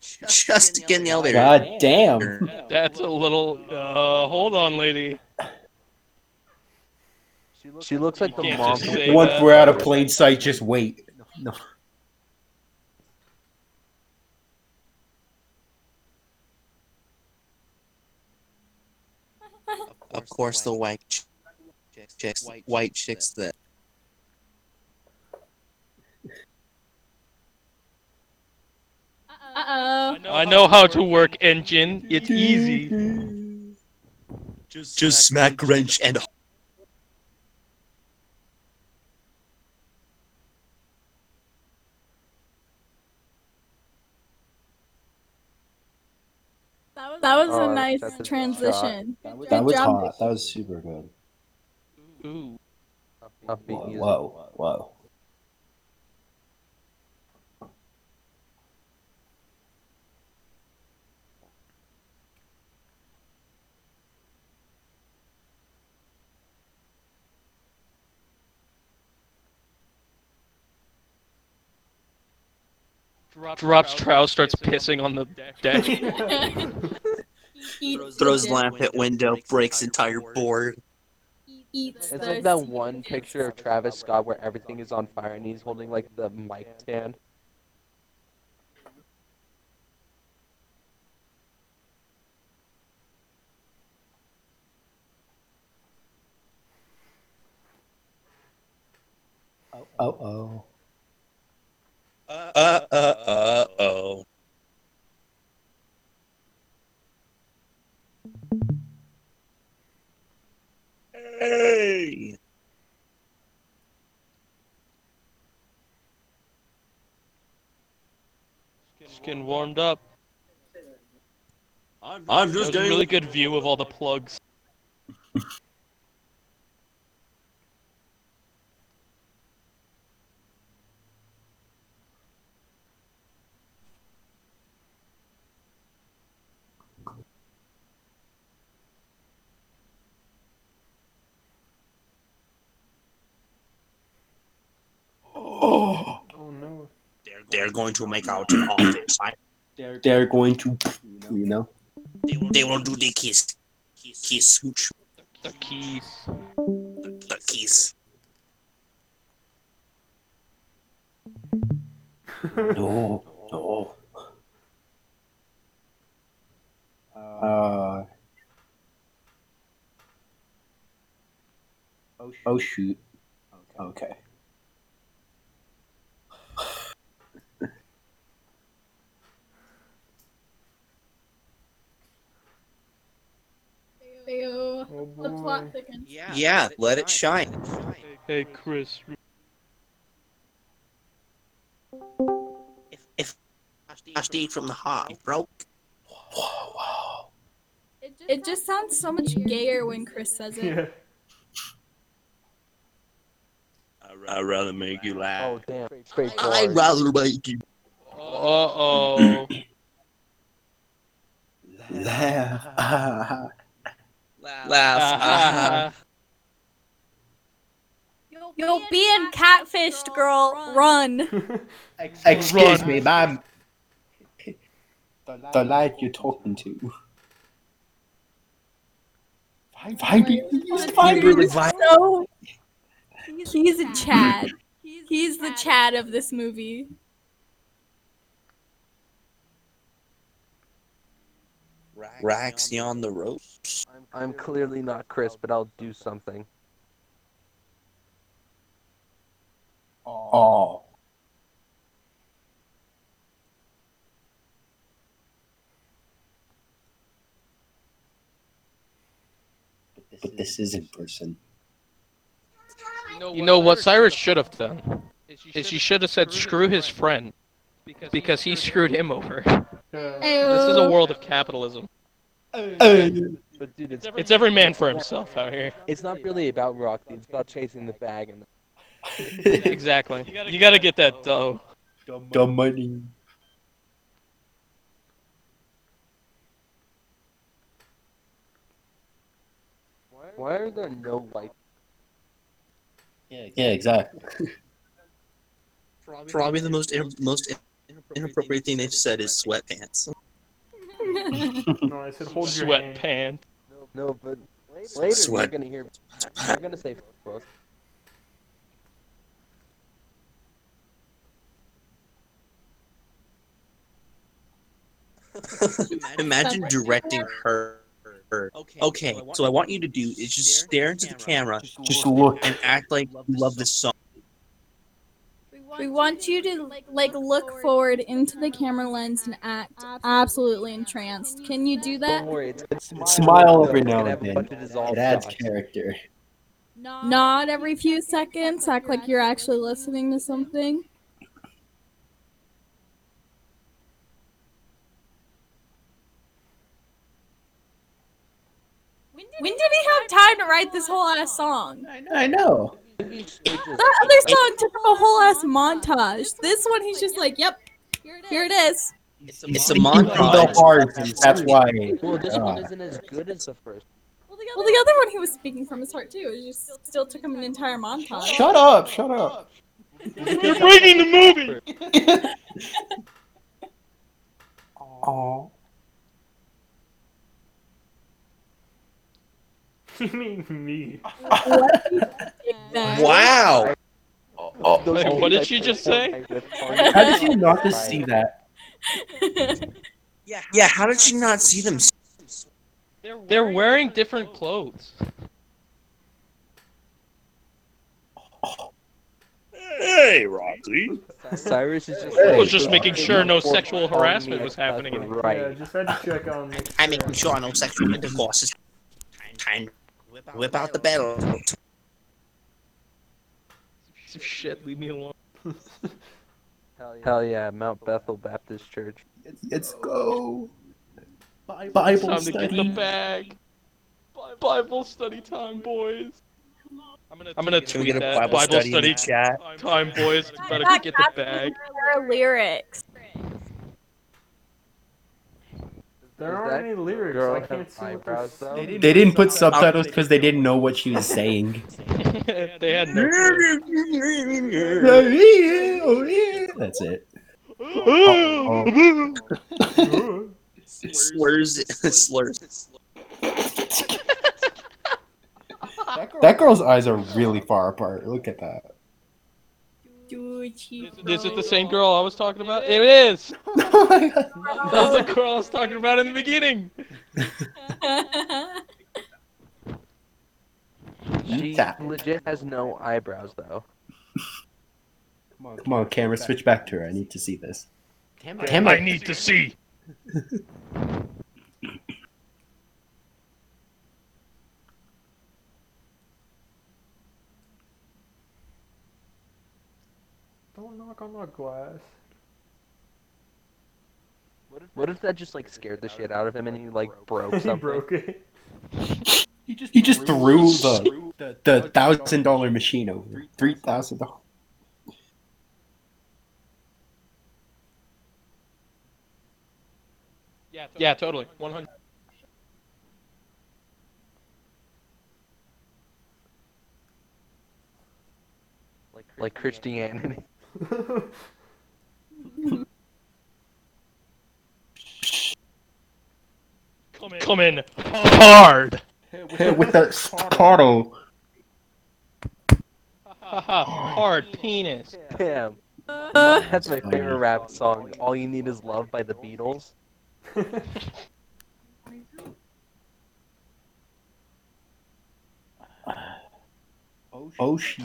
A: Just to get in the elevator.
G: God damn.
D: That's a little. Uh, hold on, lady.
E: She looks like the
D: Can't
E: mom.
D: just say
G: Once
D: that.
G: we're out of plain sight, just wait. No.
A: Of course, the white ch- chicks, white chicks that.
F: Uh-oh.
D: I know how to work engine. It's easy.
A: Just, just smack wrench and.
F: That was, that was
E: Oh,
F: a nice
E: that's a good
F: transition. Good
G: That was
F: job.
G: hot. That was super good.
D: Ooh.
E: Upbeat
G: Whoa,
E: music.
G: whoa, whoa.
D: drops trowel, starts pissing on the deck.
F: Eats
A: Throws
F: the
A: lamp at window, breaks entire board.
F: dick, Eats
E: It's
F: the
E: like that
F: seed.
E: one picture of Travis Scott where everything is on fire and he's holding like the mic stand.
G: Oh, oh.
A: Uh, uh, uh, oh. Hey!
D: Just getting warmed up.
A: I'm
D: That was
A: just
D: a
A: getting
D: really good view of all the plugs.
B: Oh no.
A: They're going to make out in office. I,
G: They're going to, you know.
A: they, will, they will do the kiss. Kiss, smooch,
D: The keys.
A: the kiss.
B: Oh
G: No, no. Uh, oh shoot. Okay.
F: Ew.
B: Oh
F: The plot
B: boy.
F: thickens.
A: Yeah, let it shine.
D: Hey, Chris.
A: If, if I stayed from the heart, it broke.
F: It just sounds so much gayer when Chris says it.
B: Yeah.
A: I'd rather make you
E: Oh
A: laugh.
E: damn, straight
A: I'd
E: bars.
A: Oh, rather make you
D: Uh-oh.
G: Laugh. Ah.
A: laugh.
D: Ah,
F: Yo, being catfished, girl, run.
G: Excuse me, ma'am. The lad you're talking to. Vibrant. He's vibrant.
F: So, he's a Chad. He's the Chad of this movie.
A: Raxy on the ropes.
E: I'm clearly not Chris, but I'll do something.
G: Oh. But this is in person.
D: you know what Cyrus should have done is you should have said screw his friend because he screwed him over.
B: Yeah.
D: This is a
F: Ew.
D: world of capitalism.
G: Oh.
E: But dude, it's
D: It's every man for himself out here.
E: it's not really about rock. It's about chasing the bag and
D: Exactly. You gotta get that dough.
G: the money.
E: why are there no white?
G: Yeah, exactly.
A: Probably the most in- most in- inappropriate thing they've said is sweatpants.
B: No, I said hold your hand.
D: Sweatpants.
E: No, but later you're
A: Sweat.
E: gonna hear. You're gonna say fuck.
A: Imagine directing her. her. Okay, so I want you to do is just stare into the camera
G: Just look.
A: and act like you love this song.
F: We want you to like look forward into the camera lens and act absolutely entranced. Can you do
E: Don't
F: that?
E: worry, it's it's
G: Smile every
E: It's gonna
G: now
E: have
G: and then.
E: a bunch of
G: It
E: dissolved
G: adds
E: shots.
G: character.
F: Nod every few seconds, act like you're actually listening to something. When did he have time to write this whole ass song?
G: I know.
F: That other song took him a whole ass montage. This one, he's just like, yep, here it is.
A: It's a
G: Even though
A: montage.
G: hard, that's why.
E: Well, this
G: Ah.
E: one isn't as good as the first.
F: Well, the other one he was speaking from his heart too. It just still took him an entire
G: Ah.
F: montage.
G: Shut up! Shut up!
D: You're breaking the movie!
G: Oh,
B: you mean me?
E: Oh,
A: Wow.
E: oh,
D: Wait, what did she just say?
G: how did you not just see that?
A: Yeah, how did you not see them?
D: They're wearing different clothes.
A: Hey, Roxy.
E: Cyrus is just.
D: I was just making sure no sexual harassment was happening.
B: Yeah,
E: Right.
B: just had to check on. make
A: I'm making sure no sexual intercourse is time. Whip out the battle.
D: Shit, leave me alone.
E: Hell yeah, Mount Bethel Baptist Church.
G: Let's go. Bible
D: Time to get the
G: study.
D: bag. Bible study time, boys. I'm gonna, I'm gonna
A: Can we
D: tweet
A: get a
D: that.
A: Bible, study, in the chat?
D: time, boys. Better
F: Back
D: get the
F: up to
D: bag.
F: Their lyrics.
B: There
E: Does
B: aren't
E: that
B: any lyrics.
E: Girl
B: I
E: have
B: can't see what
E: eyebrows
B: they're
E: though.
B: saying.
G: They didn't put subtitles because they didn't know what she was saying.
D: they had no clue.
A: That's
G: That's it.
B: Ooh.
A: Slurs, slurs.
G: That girl's eyes are really far apart. Look at that.
D: Is it the same girl I was talking about? It is.
G: Oh
D: That was the girl I was talking about in the beginning.
E: She
G: Yeah.
E: legit has no eyebrows though.
G: Come on, camera, switch back to her. I need to see this.
B: Damn
G: it.
D: need to see.
B: Don't knock on my glass.
E: What if that just like scared the shit out of him and he like broke
B: he
E: something?
B: broke it.
G: He just threw the the thousand dollar machine over. Three thousand dollars.
D: Yeah, totally. 100.
E: Like Christianity.
D: Come in hard.
G: With the staccato.
D: Haha, hard penis.
E: Damn.
F: Uh,
E: That's my favorite rap song. All you need is love by the Beatles.
G: Oh, she.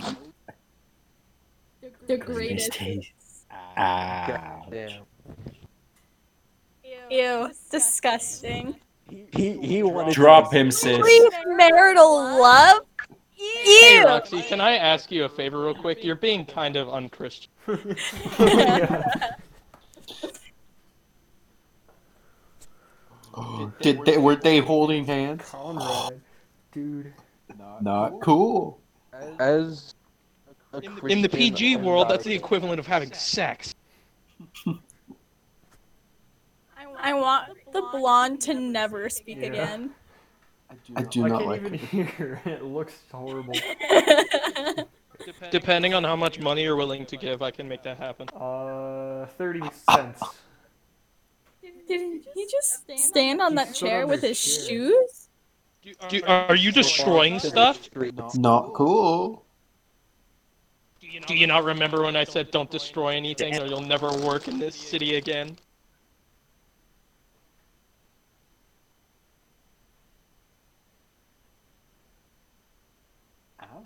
F: the
G: His
F: greatest.
G: taste. Ah.
E: Damn.
F: Ew, disgusting.
E: He he wanted
G: Drop him, sis.
F: Marital love?
D: Hey,
F: Ew!
D: Roxy, can I ask you a favor real quick? You're being kind of unchristian.
G: Did they were they holding hands?
B: Conrad, dude.
G: Not cool.
E: as a
D: In the
E: Christian
D: PG world, that's the
E: ungodly-
D: equivalent of having sex.
F: I want the blonde to never speak
B: Yeah.
F: again.
G: I do
B: I
G: not
B: can't
G: like.
B: even hear. It looks horrible.
D: Depending on how much money you're willing to give, I can make that happen.
B: Uh, thirty cents.
F: Did he just stand on that
B: stood
F: chair
B: on
F: with
B: his
F: his
B: chair.
F: shoes?
D: Do, are you destroying stuff?
G: Not cool.
D: Do you not remember when I said don't destroy anything or you'll never work in this city again?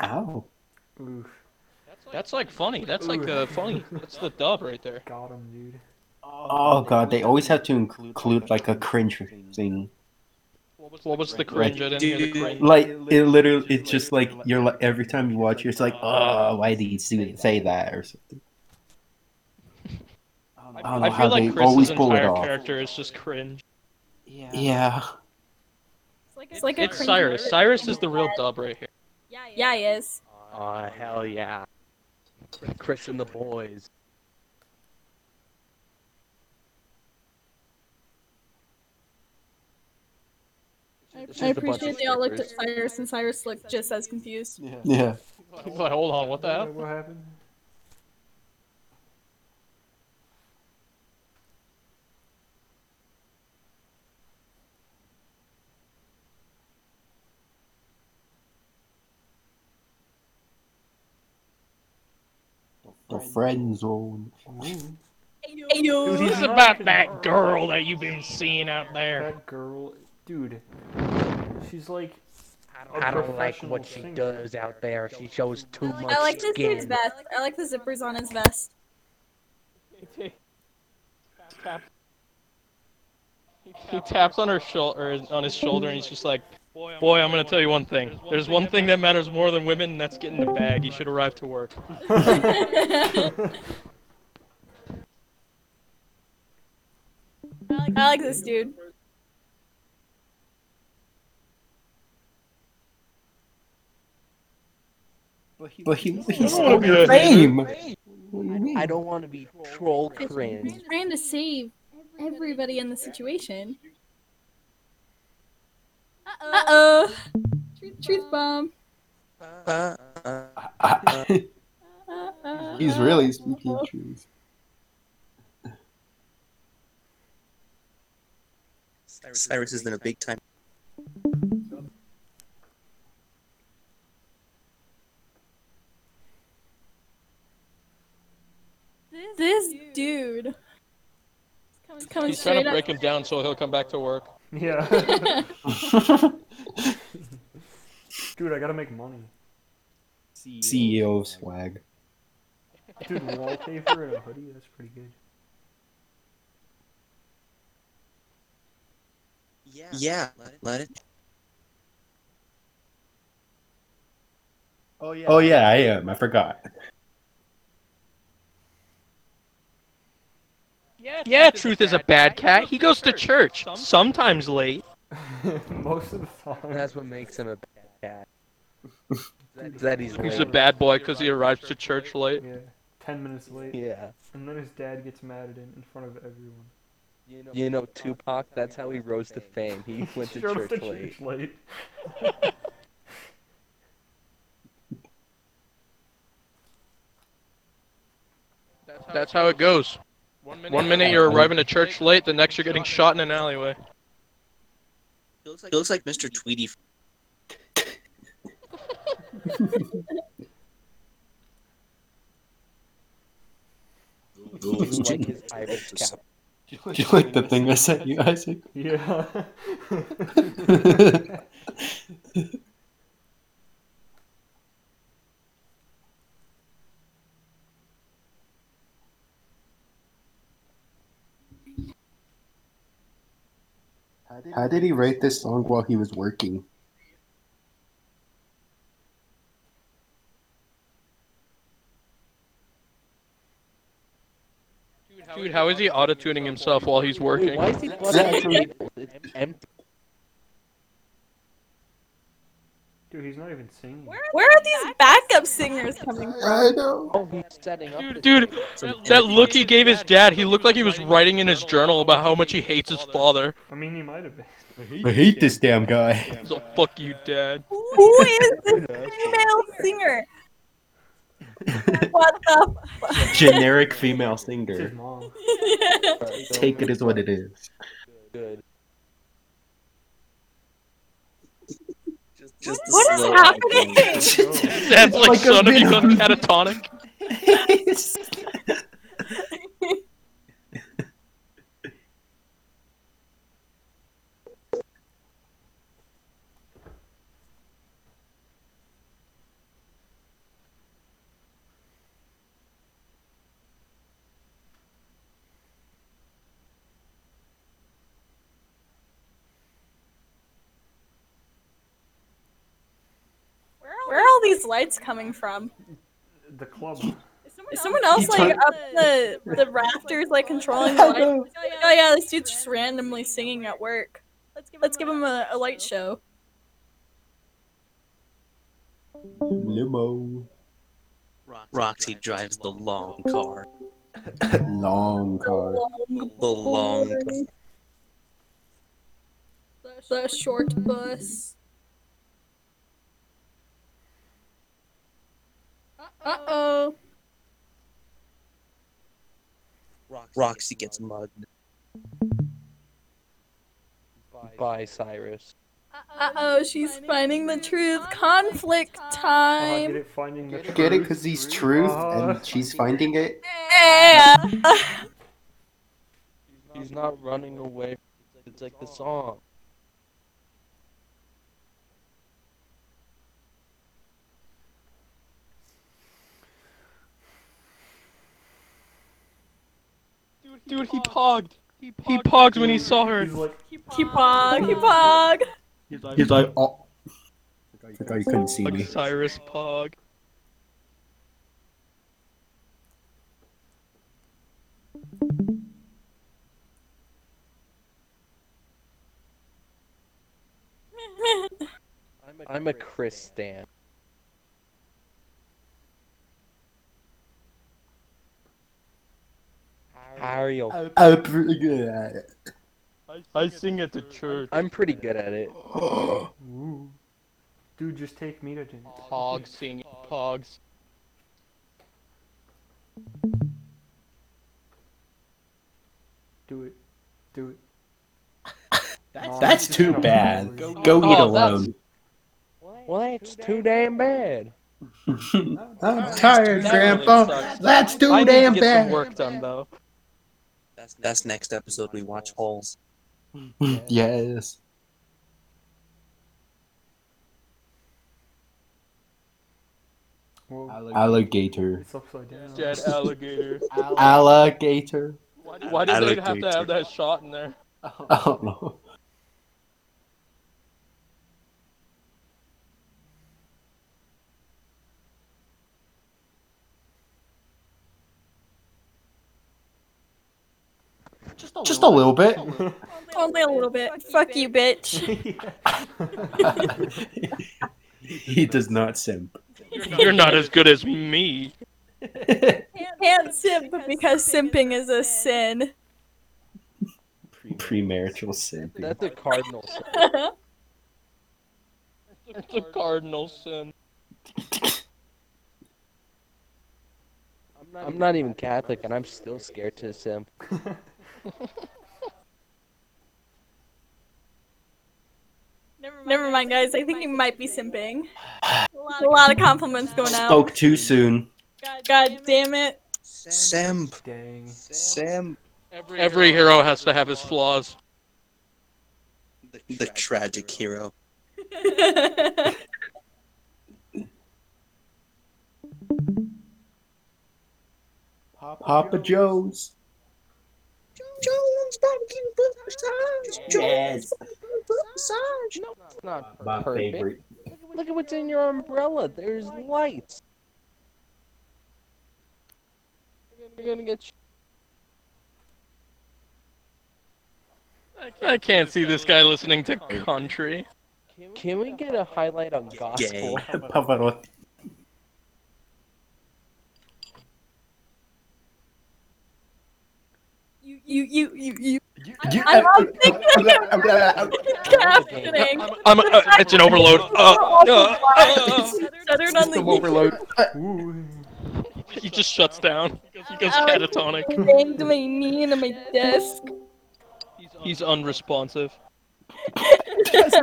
G: Ow.
B: Oof,
D: That's like funny. That's like uh, funny. That's the dub right there.
B: got him, dude.
G: Oh god, they always have to include like a cringe thing.
D: What was the cringe? I didn't hear the cringe.
G: Like it literally, it's just like you're like every time you watch, it, it's like, oh, why did he say say that or something? I don't know
D: I
G: how
D: feel
G: they
D: like
G: always
D: Chris's
G: pull it
D: entire
G: off.
D: character is just cringe.
G: Yeah.
F: It's like a
D: It's
F: cringe-
D: Cyrus. Cyrus is the real dub right here.
F: Yeah, he is.
E: Aw, hell yeah. Chris and the boys. This
F: I
E: is a bunch of
F: appreciate they all looked at
E: strippers.
F: Cyrus, and Cyrus looked just as confused.
G: Yeah.
D: But hold on, what the
B: Uh,
D: hell?
B: What happened?
C: The friend zone.
F: Ayo.
B: Dude,
D: This is
B: he's-
D: about that girl that you've been seeing out there.
B: That girl, dude, she's like a
D: I don't like
B: professional
D: what she
B: singer.
D: does out there. She shows too much
F: I like this dude's
D: skin.
F: vest. I like the zippers on his vest.
D: He taps on her shoulder, on his shoulder, and he's just like, "Boy, I'm gonna tell you one thing. There's one thing that matters more than women, and that's getting the bag. You should arrive to work."
F: I like this dude.
G: But he, he's
D: Oh,
G: on
D: good.
G: fame. What do you mean?
E: I don't want to be troll cringe.
F: He's trying to save everybody in the situation. Uh oh. Truth, truth bomb.
A: Uh, uh,
F: Uh-oh.
C: He's really speaking truth.
A: Cyrus has been a big time.
F: This dude. He's coming
D: He's trying
F: straight
D: to
F: up.
D: break him down so he'll come back to work.
B: Yeah, dude, I gotta make money.
G: CEO E of swag.
B: Dude, wallpaper and a hoodie, that's pretty good.
A: Yeah, let it.
G: Oh yeah, I am. I forgot.
D: Yeah, Truth is a bad cat. He goes to church sometimes late.
B: Most of the time.
E: That's what makes him a bad cat. That- that he's
D: He's a
E: lame.
D: bad boy because he arrives to church late.
B: yeah, ten minutes late,
E: Yeah.
B: and then his dad gets mad at him in front of everyone.
E: You know Tupac, that's how he rose to fame. He went to
B: Showed up
E: church late.
B: church late.
D: That's how it goes. One minute you're arriving to church late, the next you're getting shot in an alleyway.
A: He looks like, he looks like Mr. Tweety.
E: He liked his Irish cap.
C: Do you like the thing I sent you, Isaac?
B: Yeah.
C: How did he write this song while he was working?
D: Dude, how is he auto-tuning himself while he's
E: Wait,
D: working?
E: why is he
C: Exactly.
E: It's empty.
B: Dude, he's not even singing.
F: Where are these backup singers coming from?
C: I know.
E: Oh, he's setting up.
D: Dude,
E: the-
D: dude, that look he gave his dad, he looked like he was writing in his journal about how much he hates his father.
B: I mean, he might have been.
G: I hate this damn guy.
D: So fuck you, dad.
F: Who is this female singer? What the?
G: Generic female
B: It's his
G: singer.
B: mom.
F: F-
G: Take it as what it is.
E: Good.
A: Just the
F: what is
A: slow
F: happening?
A: walking.
D: Dad's like,
G: Like a
D: son, have you
G: bit of-
D: gone catatonic?
F: Where are all these lights coming from?
B: The club.
F: Is someone else like up the the rafters, like controlling the lights?
C: know.
F: Oh yeah, this dude's just randomly singing at work. Let's give let's give him a, a light show.
G: Limo.
A: Roxy drives the long car.
G: Long car.
A: The long
F: The short bus. Uh oh.
A: Roxy gets mugged.
E: By Cyrus.
F: Uh oh, she's finding the truth. Conflict
B: Ah, get
F: time.
B: it finding the
C: Get it?
B: truth.
C: Because he's truth and she's finding it.
F: Yeah.
E: He's not running away. It's like the song.
D: Dude, he pogged. He pogged when he saw her.
B: He's like,
F: Kipog, Kipog.
G: He's like, oh. I thought you couldn't see
D: Like
G: me.
D: Cyrus Pog.
E: I'm a Chris Stan. Ariel.
G: Uh, pr- yeah.
D: I sing at the church.
E: I'm pretty good at it.
B: ooh. Dude, just take mutagen.
D: Pog singing. Pogs.
B: Do it. Do it.
G: That's,
B: No,
G: that's
B: just
G: too
B: gonna-
G: bad. Go eat
D: Oh, that's-
G: alone.
E: Well, it's too damn bad.
G: I'm tired,
D: That really
G: Grandpa.
D: sucks.
G: That's too
D: I need to
G: damn
D: get
G: bad.
D: some work done though.
A: That's, that's next episode. We watch holes.
G: yes.
B: Well,
G: Alligator.
B: it's upside
G: Oh.
B: down.
D: Dead alligator.
G: Alligator.
D: Why did they have to have that shot in there?
G: I don't know. Just a little bit.
F: Only a little bit. Fuck you, bitch.
G: he does not simp.
D: You're not as good as me.
F: Can't simp because simping is a sin.
G: Premarital simp.
E: That's a cardinal. sin.
F: Oh,
D: It's a cardinal sin.
E: I'm not even Catholic, and I'm still scared to simp.
F: Never mind, guys. I think you might be simping. A lot of compliments going out.
G: Spoke too soon.
F: God damn it.
A: Simp.
B: Dang.
A: Simp.
D: Every hero has to have his flaws.
A: The tragic hero.
G: Papa Joe's. Yes.
E: It's not
G: My
E: perfect.
G: favorite.
E: Look at what's in your umbrella. There's lights. You're gonna get.
D: I can't see this guy listening to country.
E: Can we get a highlight on
A: Gay.
E: gospel?
G: Pavarotti.
F: You, you, you, you, you.
G: You-
F: I love Captioning.
D: I'm. Uh, it's an overload. Uh, uh, uh,
F: Shuttered on
G: System
F: the
G: overload.
B: Ooh.
D: he just shuts down. He goes catatonic.
F: banged my knee into my desk.
D: He's unresponsive.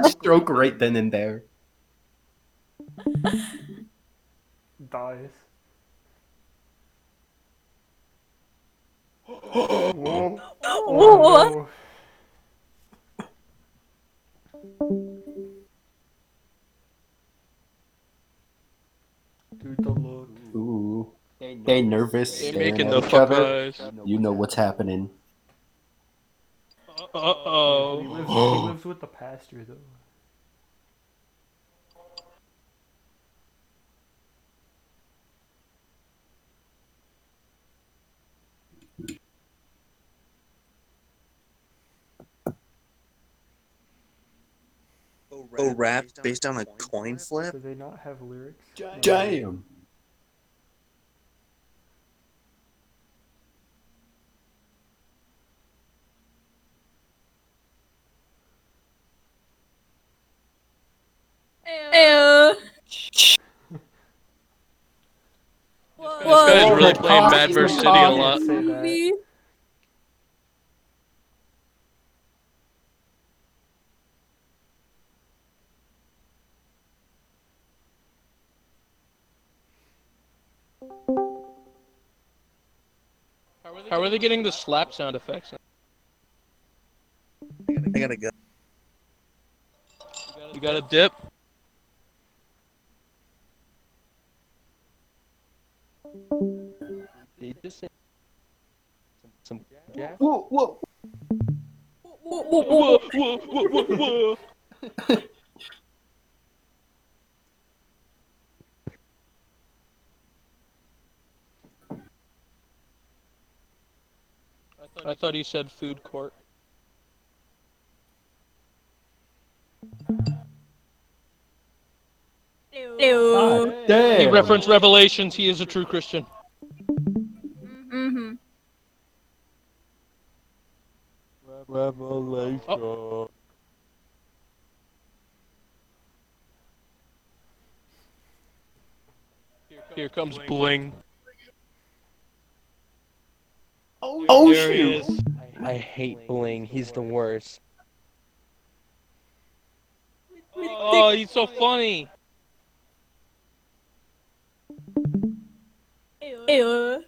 G: Stroke right then and there.
B: Dies. Whoa.
F: Oh, Whoa.
B: no. Dude, the look.
G: Ooh. They nervous.
D: They're
G: staring
D: making
G: at
D: the
G: each
D: fuck
G: other.
D: eyes.
G: You know what's happening.
D: Uh
B: He
D: oh.
B: lives, he lives with the pastor, though.
A: Oh, rap based on a coin flip.
B: Do they not have lyrics?
G: Damn.
F: Ew. Whoa.
B: oh
D: This guy's really
G: Whoa.
D: playing Madverse City a lot.
B: Say that.
F: Movie.
D: How are they getting the slap sound effects?
A: I gotta go.
D: You got a dip?
E: They just said some, some jack.
C: Whoa, whoa.
D: Whoa, whoa, whoa, whoa, whoa. I thought he said food court.
F: Ew.
D: He
C: Damn.
D: referenced Revelations. He is a true Christian.
F: Mm-hmm.
E: Revelation.
D: Oh. Here comes Bling.
C: oh,
D: There he
C: shoot.
D: is.
E: I hate Bling. He's the worst.
D: Oh, he's so funny.
F: Ew.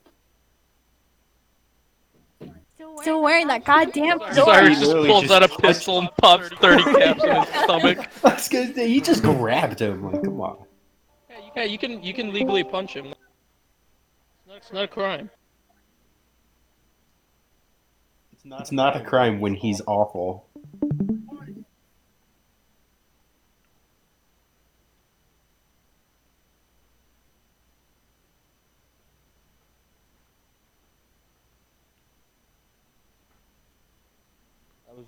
F: Still wearing that goddamn fedora.
D: Cyrus just
G: really
D: pulls
G: just
D: out a pistol and pops 30 caps in his stomach.
G: I was gonna say, he just grabbed him. Like, come on.
D: Yeah, you can you can legally punch him. It's not a crime.
G: It's not a crime when he's awful.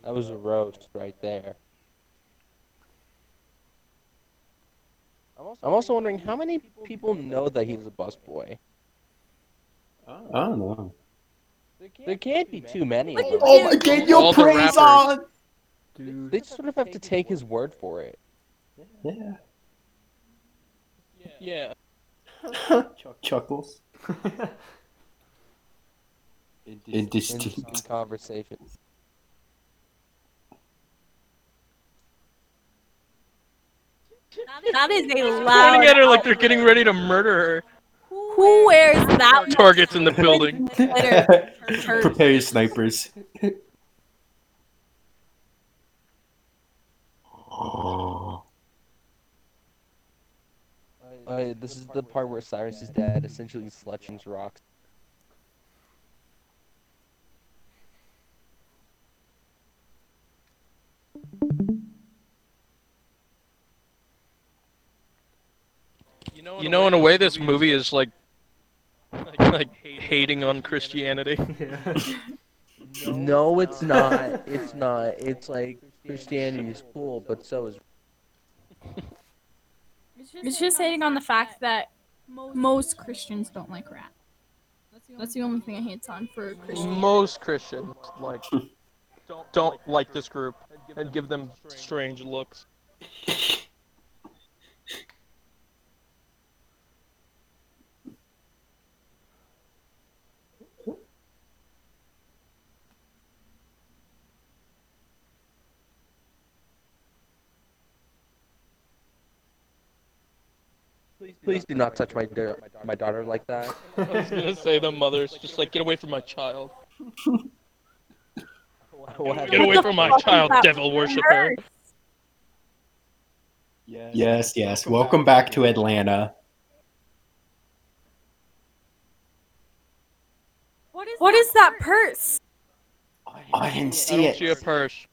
E: That was a roast right there. I'm also wondering how many people know that he's a busboy.
G: I don't know.
E: There can't be too many.
F: Look at
G: Oh my god,
D: All
G: your
D: the
G: praise
D: rappers.
G: on!
B: Dude.
E: They just sort of have to take his word for it.
G: Yeah.
D: Yeah.
G: Chuckles. It
E: Interesting
G: distinct.
E: conversation.
F: That is a
D: Pointing at
F: loud.
D: her like they're getting ready to murder
F: Who wears that
D: her. Targets in the building.
F: glitter?
G: Prepare your snipers. Oh.
E: Uh, this is the part where Cyrus's dad essentially sletchings rocks.
D: You know, in a way, this movie is like, like hating on Christianity.
B: Yeah.
E: No, it's not. It's not. It's like Christianity is cool, but so is
F: It's just hating on the fact that most Christians don't like rap. That's the only thing I hates on for Christians.
D: Most Christians like don't like this group and give them strange looks.
E: Please do not touch my da- my daughter like that.
D: I was gonna say the mother's just like, get away from my child. Get away from my child, devil worshiper.
G: Yes, yes. Welcome back to Atlanta.
F: What is that purse?
G: I didn't
D: I
G: see
D: don't see a
G: it.
D: purse.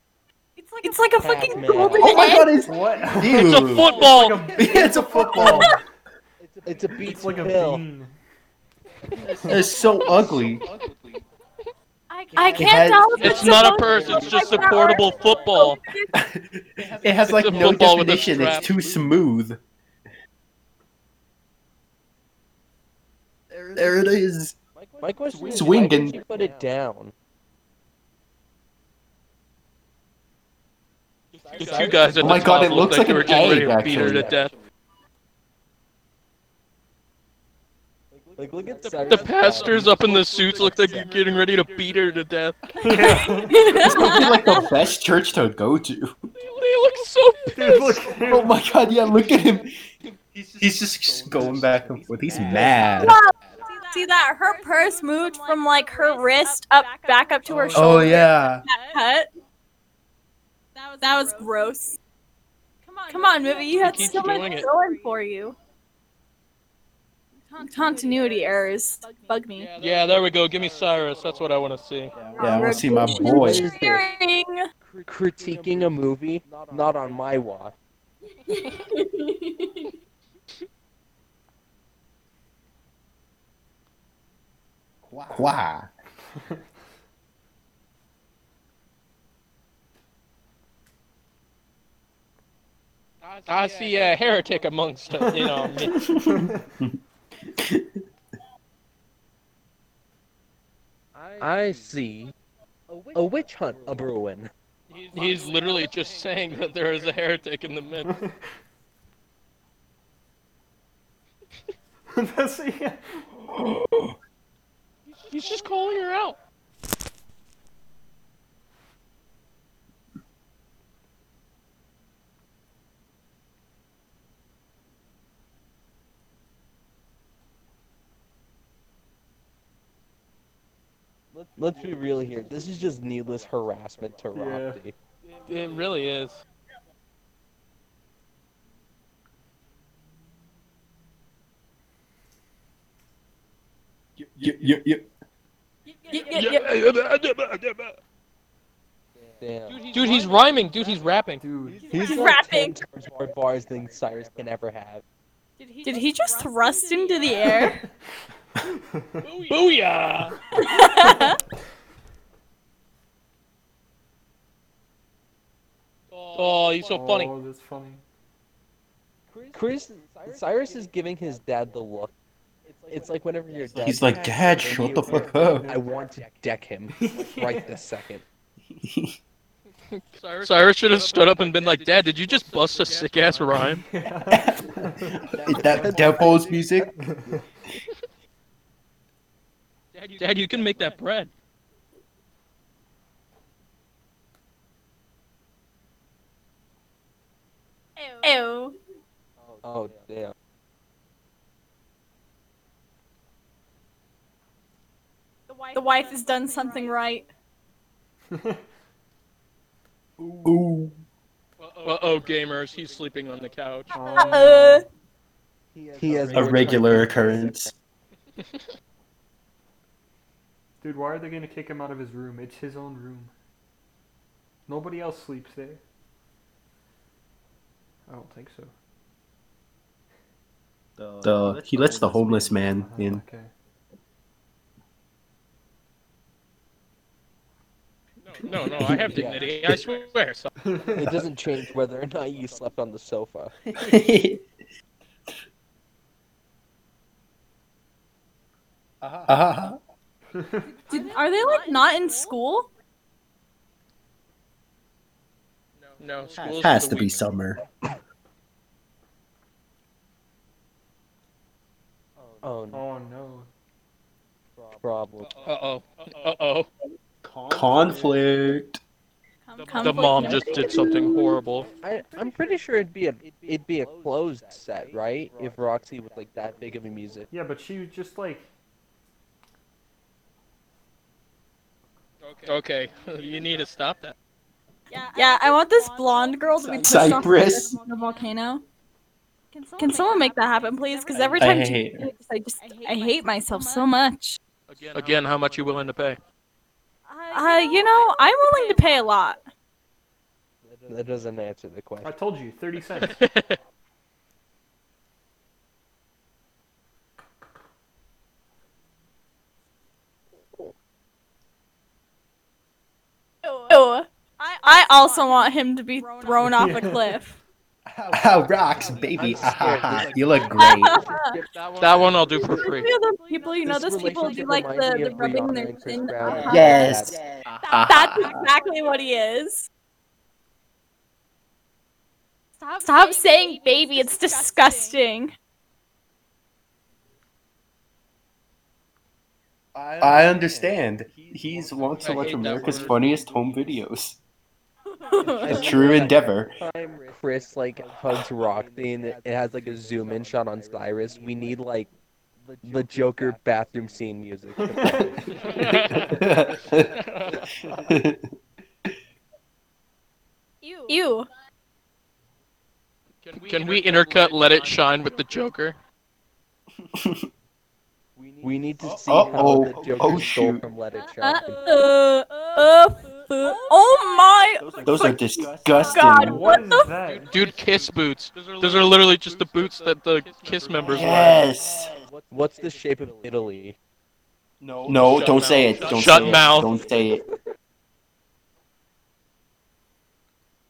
F: It's like a
E: Pac-Man.
F: fucking golden
G: Oh my
F: egg.
G: god, it's
B: what?
D: It's a
G: Ew.
D: football.
G: It's a football.
E: It's a beat
B: It's like a
E: pill.
B: bean.
G: It's so ugly.
F: I
G: It has-
F: can't tell. if
D: It's not a
F: supposed
D: purse.
F: to
D: It's
F: be
D: just a
F: like that or
D: portable football.
G: It has like
D: It's a
G: no
D: football with a
G: definition.
D: strap.
G: It's too smooth. There it is.
E: My question is, why
G: Swinging.
E: did you put it down?
D: The two guys at
G: Oh my
D: the
G: God,
D: top
G: it looks
D: like,
G: like
D: they were
G: an
D: getting ready to
G: egg,
D: beat her to
G: actually.
D: death.
E: Like, look at
D: The pastors up in the suits look like they're getting ready to beat her to death.
B: Yeah.
G: This would be like the best church to go to.
D: They look so
B: Dude,
D: pissed.
B: look.
G: Oh my god, yeah, look at him. He's just, going back and forth. He's mad.
F: Wow, See that? Her purse moved from like her wrist up back up to her shoulder.
G: Oh yeah.
F: That cut. That was, gross. Come on, movie. You had
D: keeps
F: so much
D: doing it.
F: going for you. Continuity errors bug me.
D: Yeah, there we go. Give me Cyrus. That's what I want to see.
G: Yeah, I want to see my
F: Revolutionary
G: boys.
E: critiquing a movie not on my watch.
F: ring.
G: Why?
D: I see a heretic amongst us, you know. me.
E: I see a witch hunt a brewing.
D: He's literally just saying that there is a heretic in the midst.
B: That's yeah.
D: He's just calling her out.
E: Let's be real here. This is just needless harassment to
B: Yeah.
E: Roxy.
D: It really is.
G: You, you, you.
F: Y- y- y-
E: Damn.
D: Dude, he's rhyming. Dude, he's rapping.
B: Dude,
E: He's
F: He's
E: like
F: rapping.
E: 10 times more bars than Cyrus can ever have.
F: Did he just thrust into the air?
D: Booyah! Oh, he's so funny.
B: Oh, that's funny.
E: Chris, Cyrus is giving his dad the look. It's like whenever your dad.
G: He's like, Dad, shut the fuck up.
E: I want to deck him right this second.
D: Cyrus should have stood up and been like, Dad, did you just bust a sick ass rhyme?
G: that Deadpool's music.
D: Dad, you can make that bread.
F: Ew.
E: Oh damn.
F: The wife has done something right.
G: Ooh.
D: Uh oh, gamers, he's sleeping on the couch.
B: Um,
F: Uh,
E: He has
G: A regular occurrence.
B: Dude, why are they gonna kick him out of his room? It's his own room. Nobody else sleeps there. I don't think so.
G: The he lets the homeless man
B: Uh-huh,
G: in.
B: Okay.
D: No, no, I have dignity. I swear. So-
E: It doesn't change whether or not you slept on the sofa.
G: Ah,
F: did, are they like not in school?
D: No, school's
G: has
D: for
G: to
D: the
G: be
D: weak.
G: summer.
E: Oh no,
B: Oh no.
E: problem.
D: Uh oh. Uh oh.
G: Conflict.
D: The mom just did something horrible.
E: I, I'm pretty sure it'd be a it'd be a closed set, right? If Roxy was like that big of a music.
B: Yeah, but she was just like,
D: Okay, you need to stop that.
F: Yeah, I want this blonde girl to be pushed off
G: Cypress.
F: the volcano. Can someone make that happen, please? Because every
G: I
F: time she
G: hate
F: does this, I just I hate myself so much.
D: Again, how much you willing to pay?
F: Uh, you know, I'm willing to pay a lot.
E: That doesn't answer the
B: I
E: question.
B: told you, 30 cents.
F: Ew. I also want him to be thrown off a cliff.
G: Oh, rocks, baby. Ah, ha, ha. You look great.
F: People,
D: that one I'll do for free.
F: people, you know
E: This
F: those people do
E: relationship
F: like the,
E: reminds me
F: the
E: of
F: rubbing
E: Rihanna
F: their
E: and Chris
F: chin.
E: Brown.
F: up.
G: Yes.
F: That's exactly what he is. Stop saying baby, it's disgusting.
G: I understand. He's once
D: I
G: of
D: hate that
G: America's
D: word.
G: funniest home videos. A true endeavor.
E: Time Chris like hugs Roxy and it it has like a zoom in shot on Cyrus. We need like the Joker bathroom scene music.
H: Ew.
F: Ew.
D: Can we intercut Let It Shine with the Joker?
E: We need to see
G: Uh-oh.
E: how the Joker
G: Oh,
E: stole
G: shoot.
E: from Let It
F: Uh,
E: Shine.
F: uh, uh, fu- oh my!
G: Those are disgusting.
F: God, what
B: is
F: the
B: that?
D: Dude, Kiss boots. Those are literally just the boots that the Kiss members wear.
G: Yes.
E: What's the shape of Italy?
G: No, don't say it. Don't
D: Shut
G: say it.
D: mouth.
G: Don't say it.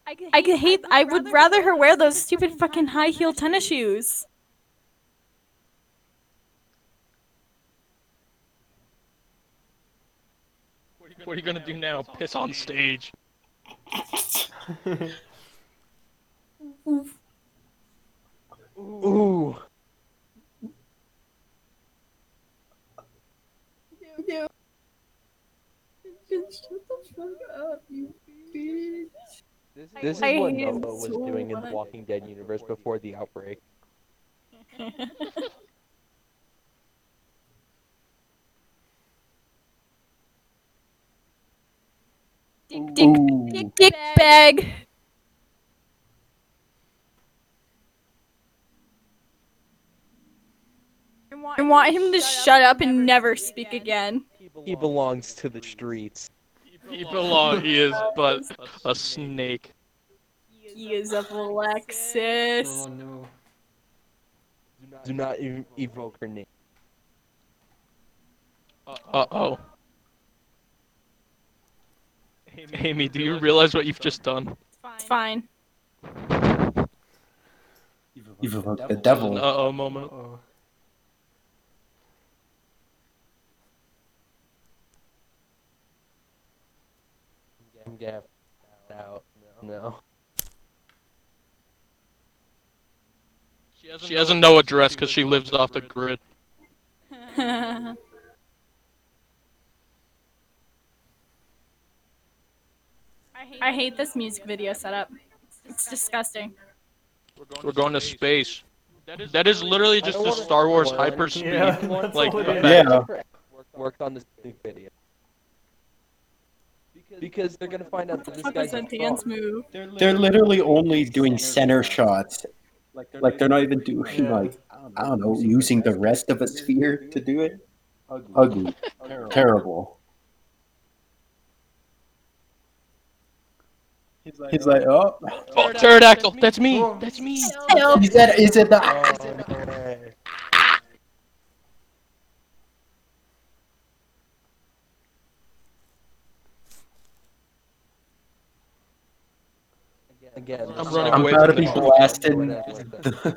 H: I could hate.
F: I could hate. I would rather her wear those stupid fucking high heel tennis shoes.
D: What are you gonna do now? Piss on stage.
E: Ooh. This is
F: I
E: what
F: hate
E: Noah
F: him
E: was
F: so
E: doing in the
F: much.
E: Walking Dead universe before the outbreak.
H: Dick, dick,
G: Ooh.
F: Dick, dick bag. I want him to shut up and never speak again.
E: He belongs to the streets.
D: He belong. He is, but a snake.
F: He is a Alexis.
B: Oh no.
E: Do not ev- evoke her name.
D: Uh oh. Amy, do you realize what you've just done?
F: It's fine.
G: You've evoked the
D: Uh
G: devil.
D: oh
B: Uh
D: moment.
B: oh.
E: I'm gonna have to out. No.
D: She has a no address because she lives off the grid.
F: I hate this music video setup. It's disgusting.
D: We're going to space. That is literally just the Star Wars hyperspeed.
B: Yeah, that's
D: like,
B: all it
D: the
B: is.
D: fact-
G: Yeah.
E: Worked on this new video. Because they're gonna find out that this
F: Fuck
E: guy's
F: is
E: a
F: that dance
E: fraud.
F: move?
G: They're literally only doing center shots. Like they're not even doing
B: Yeah.
G: like I don't know, using the rest of a sphere to do it. Ugly, terrible. He's like, oh,
D: Oh, pterodactyl! That's me! That's me!
G: he said, is it the?
E: Again,
D: I'm
E: so-
D: running
G: I'm
D: away
G: proud
D: from
G: of
D: this.
G: you, blasting.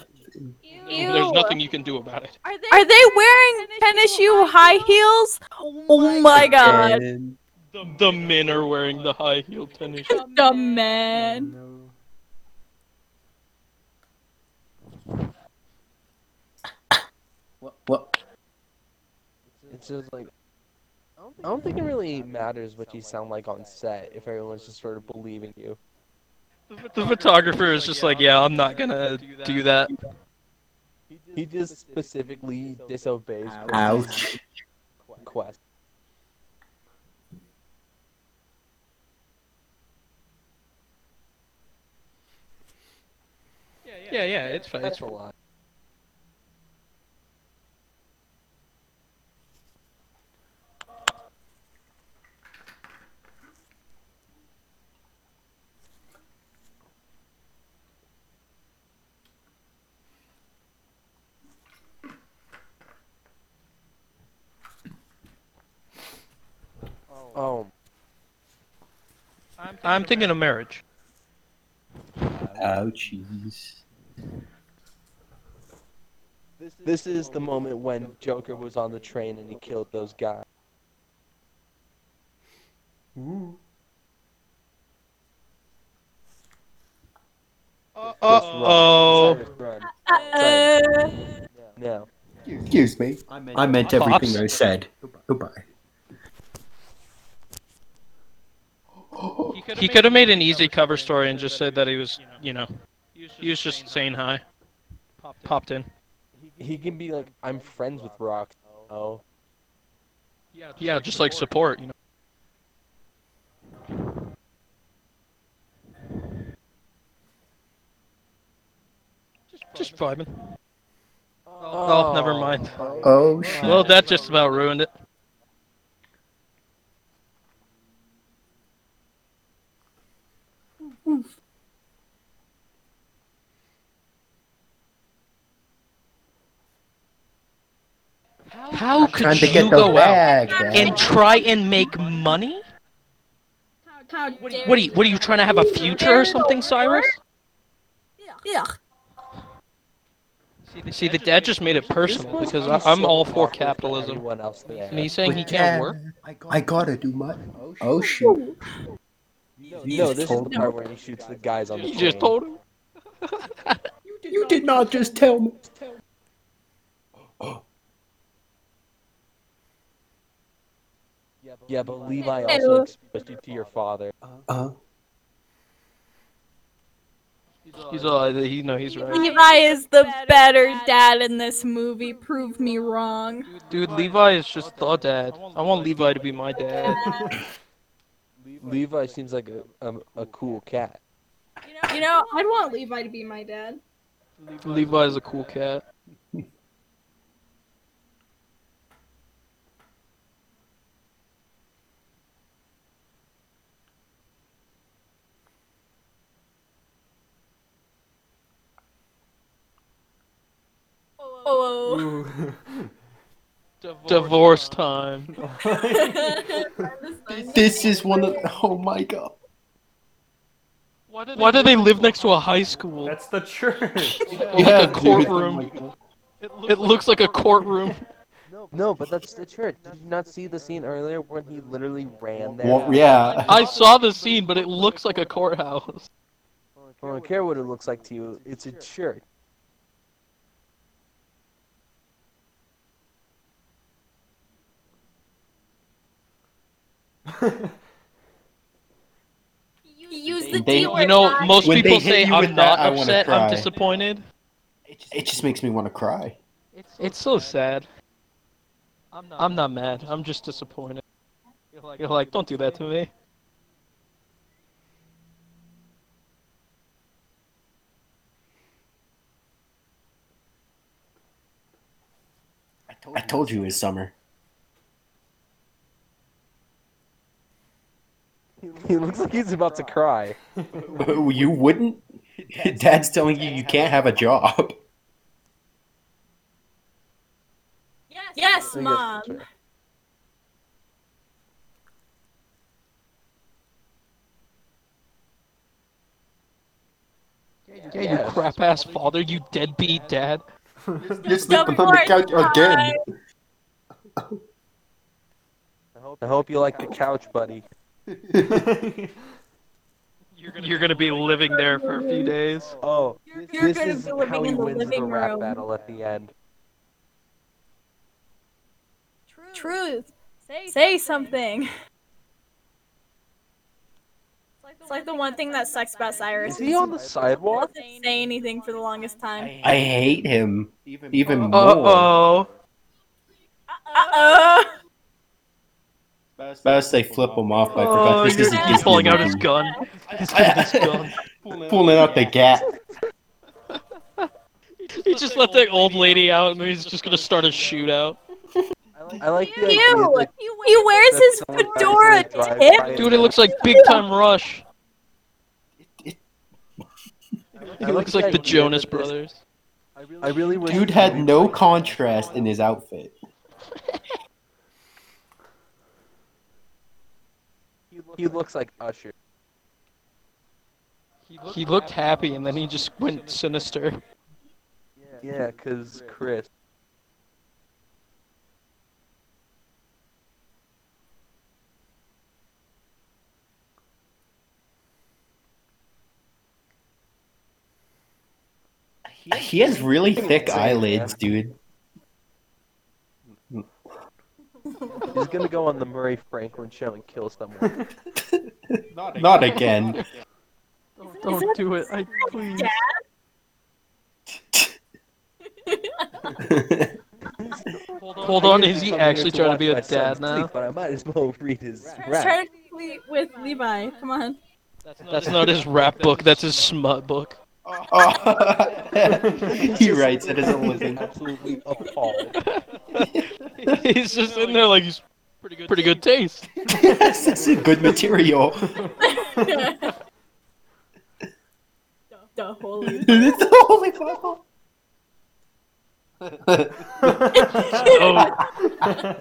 D: There's nothing you can do about it.
H: Are they?
F: Are they wearing tennis shoe high heels? Oh my god.
G: And
D: The men are wearing the high heel tennis. shoes.
F: Dumb man.
B: No.
G: what?
E: It's just like I don't think it really matters what you sound like on set if everyone's just sort of believing you.
D: The photographer is just like, yeah, I'm not gonna do that.
E: He just specifically disobeys
G: Ouch.
E: quest.
D: Yeah, yeah, it's fine.
E: That's a lot. Oh,
D: I'm thinking of marriage.
G: Ouchies.
E: this is the moment when Joker was on the train and he killed those guys.
B: Ooh.
D: Uh oh.
E: Cyrus, run.
F: Uh,
E: No.
G: Excuse me. I meant everything I said. Goodbye.
D: He could have made an easy cover story and just said that he was, you know, he was just saying hi. Popped in.
E: he can be like, I'm friends with Rock. Oh,
D: Yeah, yeah, just like support, you know. Just vibing. Oh, never mind.
G: Oh shit.
D: Well, that just about ruined it. How
G: Trying
D: could
G: to get
D: you
G: the
D: go out
G: bag. Dad.
D: and try and make money?
H: How dare
D: What are you, what are you trying to have a future or something, Cyrus?
F: Yeah.
D: See, the dad just made it personal
E: This must
D: because
E: be
D: I- I'm
E: so
D: all for
E: awkward for
D: capitalism.
E: Everyone else there.
D: And he's saying he
G: But
D: can't
G: Dad,
D: work?
G: I gotta do my. Oh shoot.
E: no, this is the
F: No.
E: part where he shoots the guys on the
D: You just
E: train.
D: told him.
G: You did not just tell me.
E: Yeah, but Levi
F: Hello.
E: also expressed it to your father.
G: Uh,
D: He's all, he, no, he's right.
F: Levi is the better dad in this movie. Prove me wrong.
D: Dude, Levi is just the dad. I want Levi to be my dad.
E: Levi seems like a a, a cool cat.
F: You know,
H: I'd want Levi to be my dad.
D: Levi's a cool cat.
F: oh,
B: Ooh.
D: Divorce time.
G: this is one of. Oh my god.
D: Why do they live next to a high school?
B: That's the church.
D: It looks like a courtroom. It looks like a courtroom.
E: No, but that's the church. Did you not see the scene earlier when he literally ran there?
G: Well, yeah.
D: I saw the scene, but it looks like a courthouse.
E: I don't care what it looks like to you. It's a church.
F: he used the
G: They-
F: D
G: you
F: word.
D: You know,
F: guys.
D: most
G: When they
D: people
G: hit
D: say
G: you with
D: I'm
G: that,
D: not
G: I wanna
D: upset, I'm
G: cry."
D: disappointed.
G: It just, it just makes me want to cry.
D: It's so sad. I'm not mad. I'm just disappointed. You're like, don't do that to me.
G: I told you it was summer.
E: He looks like he's about to cry.
G: you wouldn't? Dad's telling you you can't have a job.
F: Yes, mom.
D: Yeah, you crap ass father, you deadbeat dad.
G: You're
F: sleeping on the couch again.
E: I hope you like the couch, buddy.
D: You're gonna, be living there for a few days.
E: Oh,
F: You're, you're
E: this
F: gonna
E: is
F: be
E: how
F: living
E: he
F: in the
E: wins the
F: living
E: rap
F: room.
E: battle at the end.
F: Truth. Say something. It's like the one thing that sucks about Cyrus.
E: Is he on the sidewalk?
F: doesn't say anything for the longest time.
G: I hate him even more.
D: Uh oh.
F: Uh oh.
G: Best they flip him off, but I forgot
D: Oh,
G: this
D: he's
G: isn't
F: he's
G: Disney
D: pulling out his
G: movie.
D: gun. He's got his gun.
G: Pulling out the gat.
D: He just let that old lady out, and he's just gonna start a shootout.
E: I like the idea
F: You.
E: that
F: He wears his
E: someone tries to
F: fedora
E: drive
F: tip.
E: by
D: Dude,
E: and-
D: it looks like Big Time Rush. He looks like the Jonas Brothers.
E: I really wish
G: Dude had no contrast in his outfit.
E: He looks like Usher.
D: He looked happy, and then he just went sinister.
E: Yeah, cause Chris.
G: He has really thick eyelids, dude.
E: He's gonna go on the Murray Franklin show and kill someone.
G: Not again.
D: Don't do it, I please. Hold on, is he
E: I'm here
D: actually trying to
E: watch
D: be a
E: my son
D: dad now?
E: sleep, But I might as well read his rap.
F: Try to complete with Levi. Come on.
D: That's not his rap book, that's his smut book.
G: he writes it as a living.
E: Absolutely appalled.
D: He's just in there like he's pretty good, pretty good taste.
G: yes, this is good material.
F: the holy.
G: it's the Holy Bible.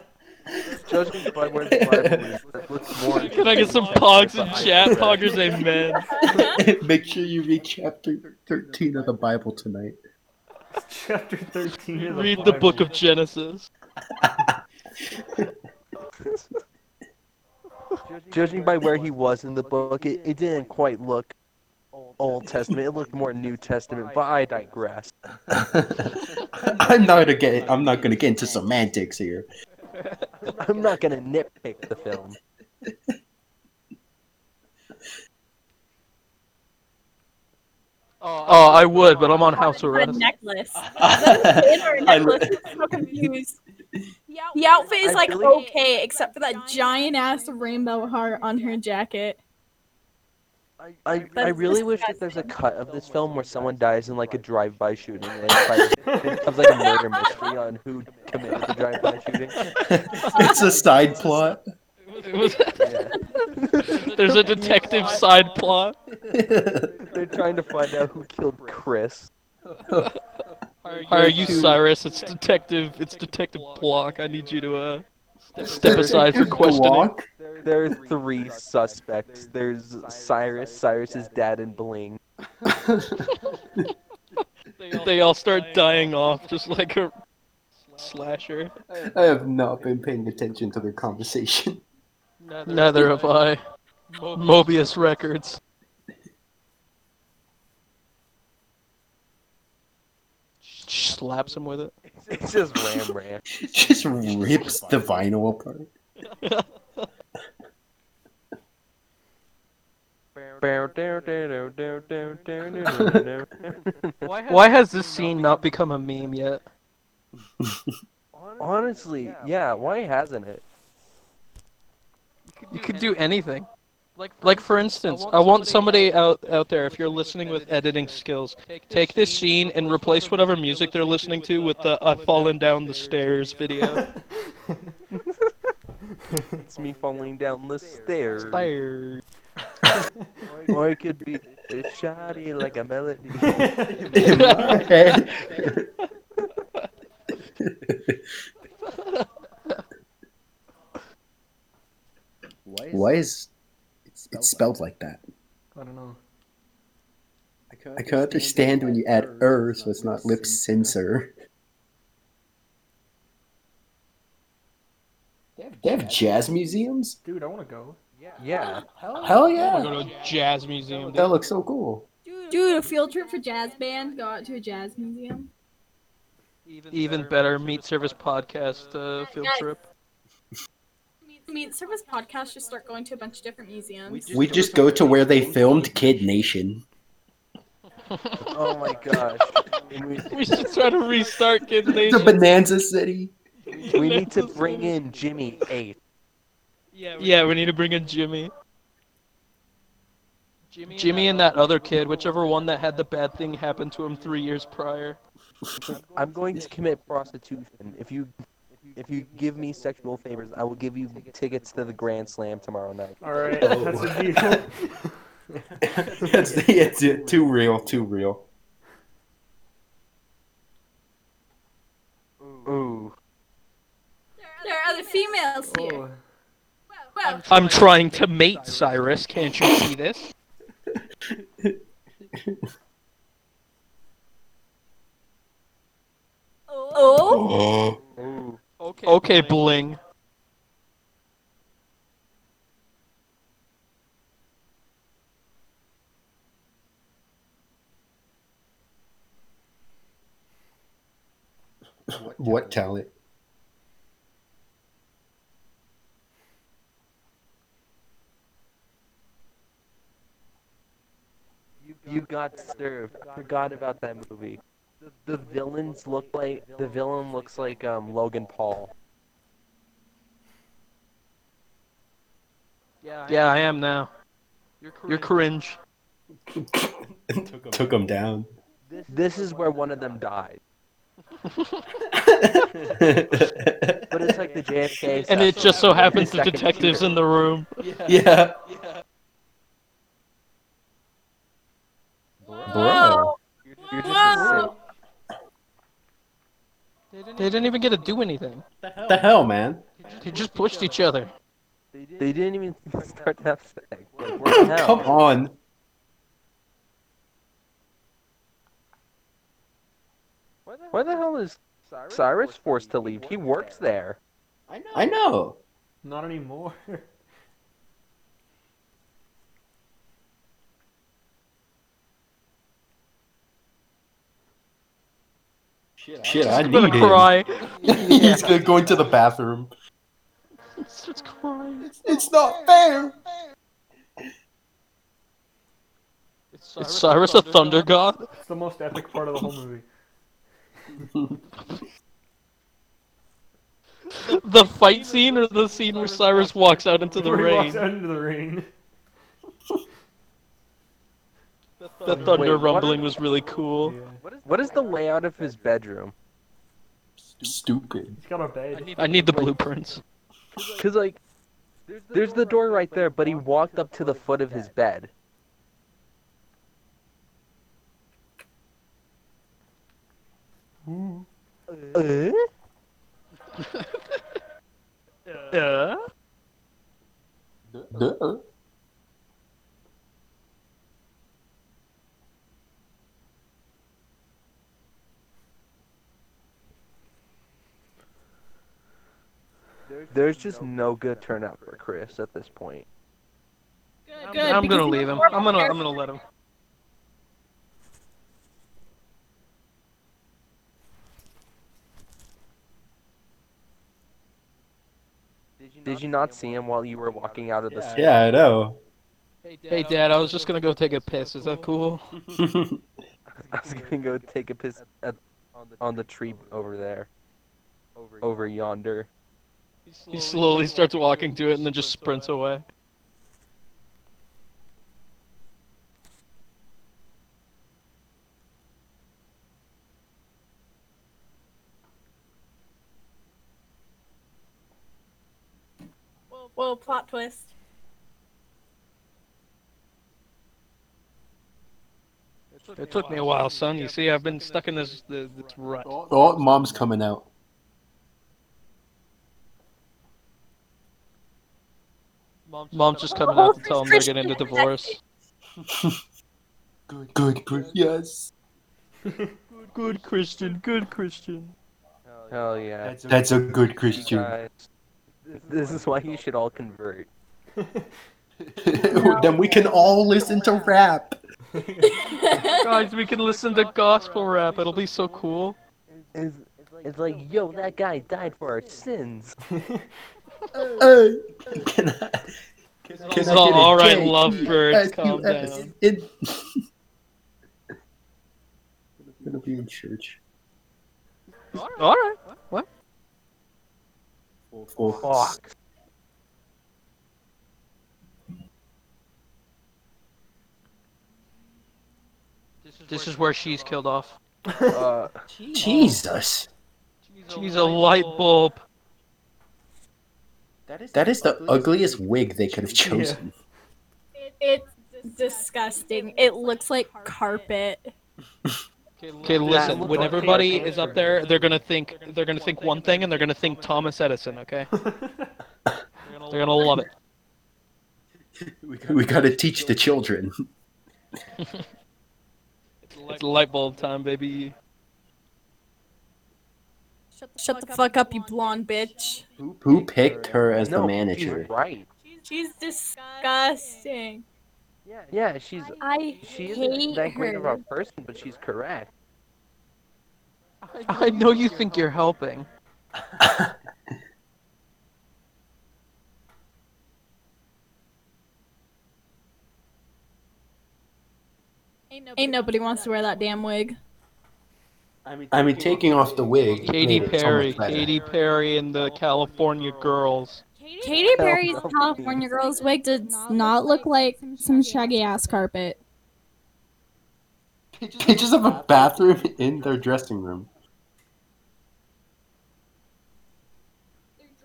D: Oh,
E: Judging by where the Bible is, that looks more.
D: can I get some pogs in chat? Poggers, amen.
G: Make sure you read chapter 13 of the Bible tonight.
B: Chapter 13 of the
D: Read the book
B: Bible.
D: of Genesis.
E: Judging by where he was in the book, it, it didn't quite look Old Testament. It looked more New Testament, but I digress.
G: I'm not gonna get. I'm not gonna get into semantics here.
E: I'm not gonna nitpick the film.
D: Oh, I would, but I'm on house
F: A
D: arrest.
F: necklace.
G: I
F: Pin or a
G: I
F: necklace. I'm so confused. The outfit is
E: I
F: like
E: really-
F: okay, except for that giant ass rainbow heart on her jacket.
E: I, I, I
F: That's
E: really wish that there's a cut of this film where someone dies in like a drive-by shooting and it's like, it becomes like a murder mystery on who committed the drive-by shooting.
G: it's a side plot.
D: It was-
E: Yeah.
D: There's a detective side plot.
E: They're trying to find out who killed Chris.
D: Hi, are you Cyrus? It's detective. It's detective Block. I need you to uh step aside for questioning.
G: Block?
E: There are three suspects. There's Cyrus, Cyrus's dad, and Bling.
D: They all start dying off, just like a slasher.
G: I have not been paying attention to their conversation.
D: Neither have I. Mobius Records. Slaps him with it.
E: It's just ram ram.
G: Just rips the vinyl apart.
D: Why has this scene not become a meme yet?
E: Honestly, yeah, why hasn't it?
D: You could do anything. Like for instance, I want somebody out out there. If you're listening with editing skills, take this scene and replace whatever music they're listening to with the "I've fallen down the stairs" video.
E: It's me falling down the stairs.
D: Fire.
E: Or it could be it's shoddy like a melody.
G: In my head. Why is it's, it's spelled like that?
B: I don't know.
G: I can understand when you add er, so it's not lip censor. They have jazz museums?
B: Dude, I want to go.
E: Yeah.
G: Hell
D: Go
G: yeah!
D: to a jazz museum.
G: That looks so cool.
H: Dude, a field trip for jazz band. Go out to a jazz museum.
D: Even better, meat service podcast uh, field
F: Yes.
D: trip.
F: Meat service podcast just start going to a bunch of different museums.
G: We just go to where they filmed Kid Nation.
E: Oh my gosh. And we,
D: We should try to restart Kid
G: The
D: Nation.
G: Bonanza City.
E: we need to bring in Jimmy Eight.
D: Yeah, we need to bring in Jimmy. Jimmy and that other kid, whichever one that had the bad thing happen to him three years prior.
E: I'm going to commit prostitution. If you if you give me sexual favors, I will give you tickets to the Grand Slam tomorrow night.
B: All right,
G: Oh.
B: that's a deal.
G: That's it's it. Too real. Too real.
E: Ooh.
F: There are other females here.
B: oh.
F: Well,
D: I'm trying to mate Cyrus. Can't you see this?
F: oh,
G: Oh.
E: Ooh.
D: Okay, bling.
G: What talent?
E: You got served. I forgot about that movie. the villains look like the villain looks like um Logan Paul.
D: Yeah, I am now. You're cringe.
G: Took 'em Took him down.
E: This is where one of them died. But it's like the JFK.
D: And it
E: stuff.
D: just so happens the
E: Second
D: detective's
E: shooter.
D: in the room.
G: yeah.
F: Whoa.
G: Bro.
E: You're just
F: Whoa.
E: insane.
D: They didn't even get to do anything.
G: What the hell, man?
D: They just pushed each other.
E: They didn't even start to have sex. Like, what the hell?
G: Come on.
E: Why the hell is Cyrus forced to leave? He works there.
G: I know.
B: Not anymore.
G: Shit, I
D: I'm gonna
G: need him.
D: cry.
G: He's gonna go into the bathroom.
D: It's just crying.
G: It's not fair.
D: Is Cyrus a thunder god?
B: it's the most epic part of the whole movie.
D: The fight scene or the scene where Cyrus walks out into the
B: Where he walks
D: rain?
B: out into the rain.
D: The thunder
E: Wait, what?
D: rumbling was really
B: Yeah.
D: cool.
E: What is the layout of his bedroom?
G: Stupid.
B: He's got a bed.
D: I need the blueprints.
E: Cause like, there's the door right there, but he walked up to the foot of his bed. Uh?
D: Yeah.
G: Duh.
E: There's just no good turnout for Chris at this point.
F: Good, good,
D: I'm
F: because
D: gonna
F: he's
D: leave
F: a
D: him.
F: horrible
D: I'm gonna I'm
F: character.
D: gonna let him.
E: Did you not see him while you were walking out of the store?
G: Yeah, I know.
D: Hey dad, I was just gonna go take a piss. Is that cool?
G: Oh,
E: I was gonna go take a piss at, on the tree over there, over yonder.
D: He slowly starts walking to it and uh, then just sprints away.
F: Well, plot twist.
D: It took me a while, son. You see, I've been stuck in this this, this rut.
G: Oh, mom's coming out.
D: Mom's just coming out to tell him they're getting a divorce.
G: Good, good, good. Yes.
D: Good Christian, good Christian.
E: Hell yeah.
G: That's a good
E: You
G: Christian.
E: guys, this is why you should all convert.
G: then we can all listen to rap.
D: Guys, we can listen to gospel rap. It'll be so cool.
E: It's, it's like, yo, that guy died for our sins.
D: Oh.
G: Hey, can I?
D: It's all, all right,
G: It's
D: lovebirds, calm down.
G: gonna be in church.
D: All right. What?
G: Oh,
E: Fuck.
D: This is where she's killed off.
E: Uh,
G: Jesus.
D: She's a light bulb.
G: That is the ugliest wig they could have chosen.
F: It's disgusting. It looks like carpet.
D: Okay, listen. When everybody is up there, they're gonna think they're gonna think one thing, and they're gonna think Thomas Edison. Okay, they're gonna love it.
G: We gotta, teach the children.
D: It's light bulb time, baby.
F: Shut the fuck up, you blonde bitch.
G: Who picked her as
E: no,
G: the
E: she's
G: manager?
E: right.
F: She's disgusting.
E: Yeah, she's.
F: I
E: She isn't
F: hate
E: that great of a
F: her.
E: person, but she's correct.
D: I know you think you're helping.
F: Ain't nobody wants to wear that damn wig.
G: I mean, taking off the wig.
D: Katy
G: made it so
D: Perry,
G: much better.
D: Katy Perry, and the California Girls.
F: Katy Perry's California Girls wig does not look like some shaggy ass carpet.
G: They just have a bathroom in their dressing room.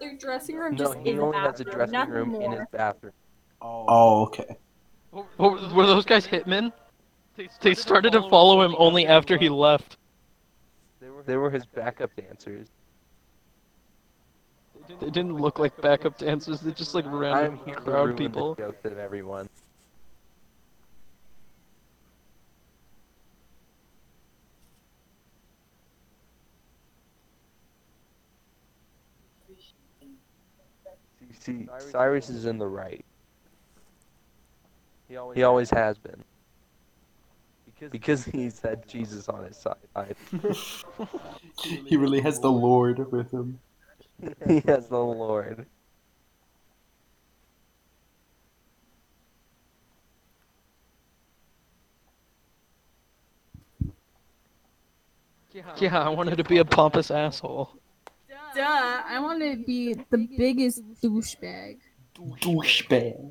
H: Their dressing room
E: No,
H: just
E: he
H: in the
E: only has a
H: bathroom,
E: dressing
H: nothing
E: room in
H: more.
E: his bathroom.
G: Oh, okay.
D: Were were those guys hitmen? They- They started to follow him only after he left.
E: They were his backup dancers.
D: They didn't look like backup dancers. They just like random
E: I'm here to ruin
D: crowd people.
E: the jokes of everyone. See, Cyrus is in the right. He always has been. Because he's had Jesus on his side.
G: He really has the Lord with him.
E: he has the Lord.
D: Yeah, I wanted to be a pompous asshole.
H: Duh, I want to be the biggest douchebag.
G: Douchebag.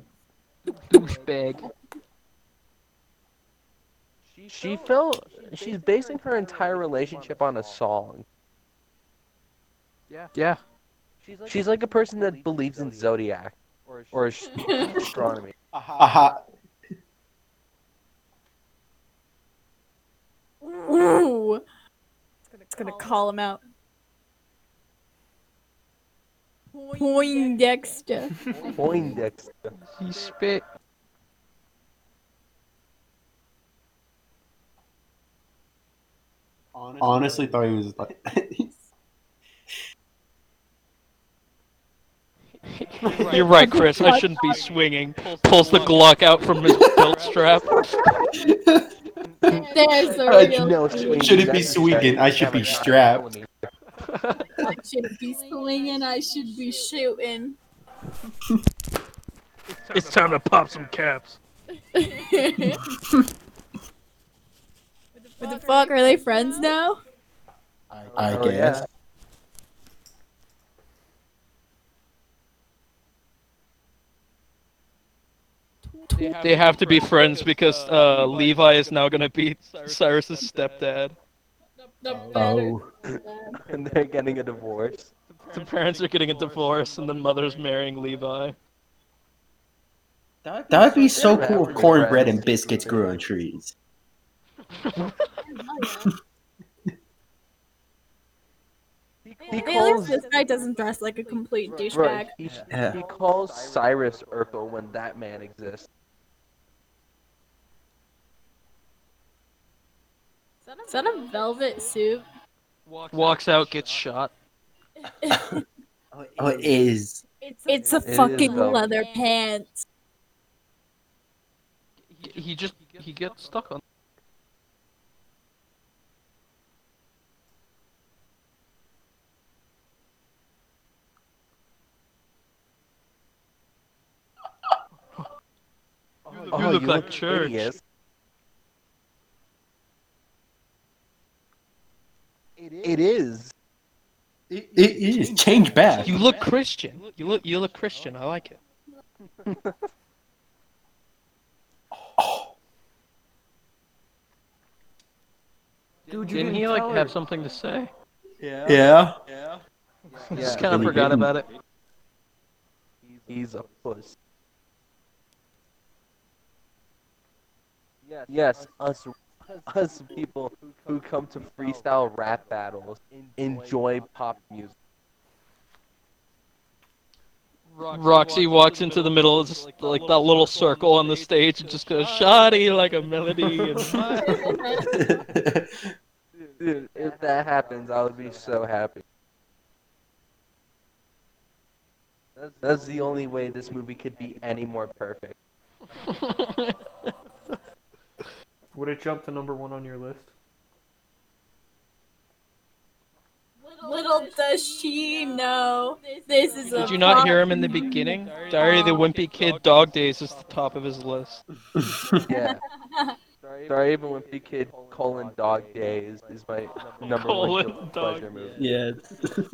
D: Douchebag.
E: She felt she's basing her entire relationship on a song.
D: Yeah.
E: She's like a person that believes in zodiac or ast- astronomy.
G: Aha.
F: Ooh. It's gonna call him out. Poindexter.
E: Poindexter.
D: He spit.
G: Honestly, thought he was like.
D: You're right, Chris. I shouldn't be swinging. Pulls the Glock out from his belt strap.
F: There's
G: Uh,
F: a
G: you
F: real
E: No,
G: Sweeney, Should it be that's- swinging? I should be strapped.
F: I should be swinging, I should be shooting.
D: It's time to pop some caps.
F: what the fuck? Are they friends now?
G: I
E: Oh,
G: guess.
D: They have to be friends because uh, Levi is now gonna be Cyrus's stepdad.
G: Oh,
E: And they're getting a divorce.
D: The parents are getting a divorce, and the mother's marrying Levi.
G: that would be so cool if cornbread and biscuits grew on trees.
E: He
F: At least
E: calls,
F: this guy doesn't dress like a complete douchebag.
E: right, he,
G: Yeah.
E: he calls Cyrus Urkel when that man exists.
F: Is that a velvet suit?
D: Walks out, gets shot.
G: Oh, it is.
F: It's a
E: is
F: fucking
E: velvet.
F: leather pants.
D: He just he gets stuck on. You
E: Oh,
D: look
E: you
D: like
E: look
D: church.
E: hideous. It is.
G: It is. Change back.
D: You look Christian. You look you look Christian. I like it.
E: Dude,
D: Didn't he like have something to say?
G: Yeah.
D: Just
E: Yeah.
D: kind of
G: Really
D: forgot
G: didn't.
D: about it.
E: He's a puss. Yes, us, us people who come to freestyle rap battles enjoy pop music.
D: Roxy walks into the middle, of just like that little circle on the stage, and just goes shoddy like a melody. And...
E: Dude, if that happens, I would be so happy. That's, that's the only way this movie could be any more perfect.
B: Would it jump to number one on your list?
F: Little does she know this is a
D: Did you not hear him in the
F: problem.
D: beginning? Diary of the Wimpy Kid Dog Days is the top of his list.
E: Yeah. Sorry, even when Big Kid colon dog day is, is my number
D: Colon
E: one guilty
D: dog
E: pleasure
D: day.
E: movie.
G: Yeah.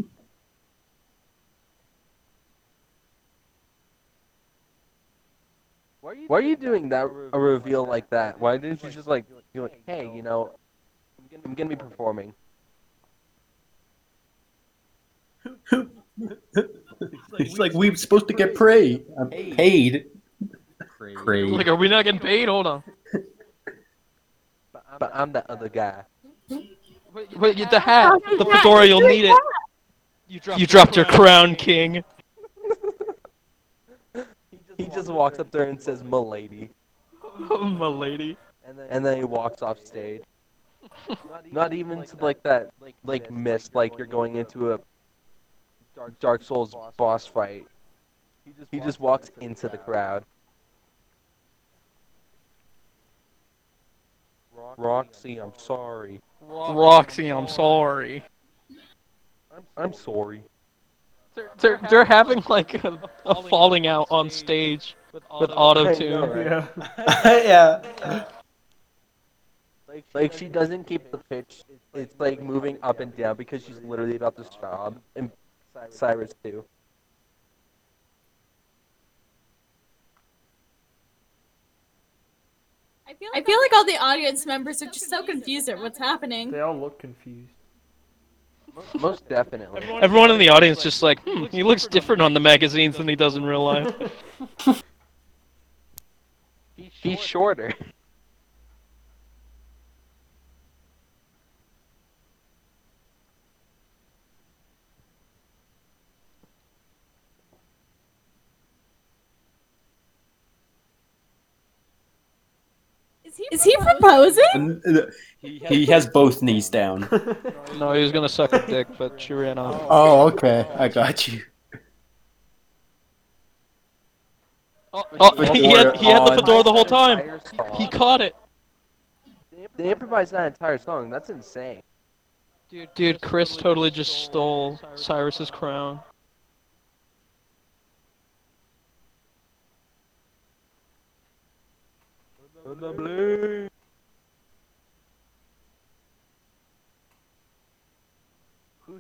E: Why are you doing that a reveal like that? Why didn't you just like be like, hey, you know, I'm gonna be performing.
G: It's like we're supposed to get paid. I'm paid. Paid.
D: Like, are we not getting paid? Hold on.
E: But I'm that other guy.
D: Wait, get the hat, the fedora. You'll need it. You dropped, your crown, king.
E: He just walks up there and says, "Milady,"
D: Oh, my lady.
E: and then he walks off stage. Not even to like that, like mist, like you're going into a Dark Souls boss fight. He just walks into the crowd. Roxy, I'm sorry.
D: Roxy, I'm sorry.
E: I'm sorry.
D: They're they're having like a, a falling out on stage with auto
E: I
D: tune.
E: know.
B: Yeah.
G: yeah.
E: Like she doesn't keep the pitch. It's like moving up and down because she's literally about to sob. And Cyrus too.
F: I feel, like all the audience members are just so confused at what's happening.
B: They all look confused.
E: Most definitely.
D: Everyone in the audience just like, hmm, he looks different on the magazines than he does in real life.
E: He's shorter.
F: Is he proposing?
G: And the- He has both knees down.
D: No, he was gonna suck a dick, but she ran off.
G: Oh, okay. I got you.
D: Oh, he had he had the
G: on.
D: fedora the whole time. He caught it.
E: They improvised that entire song. That's insane.
D: Dude, dude, Chris totally just stole Cyrus's crown.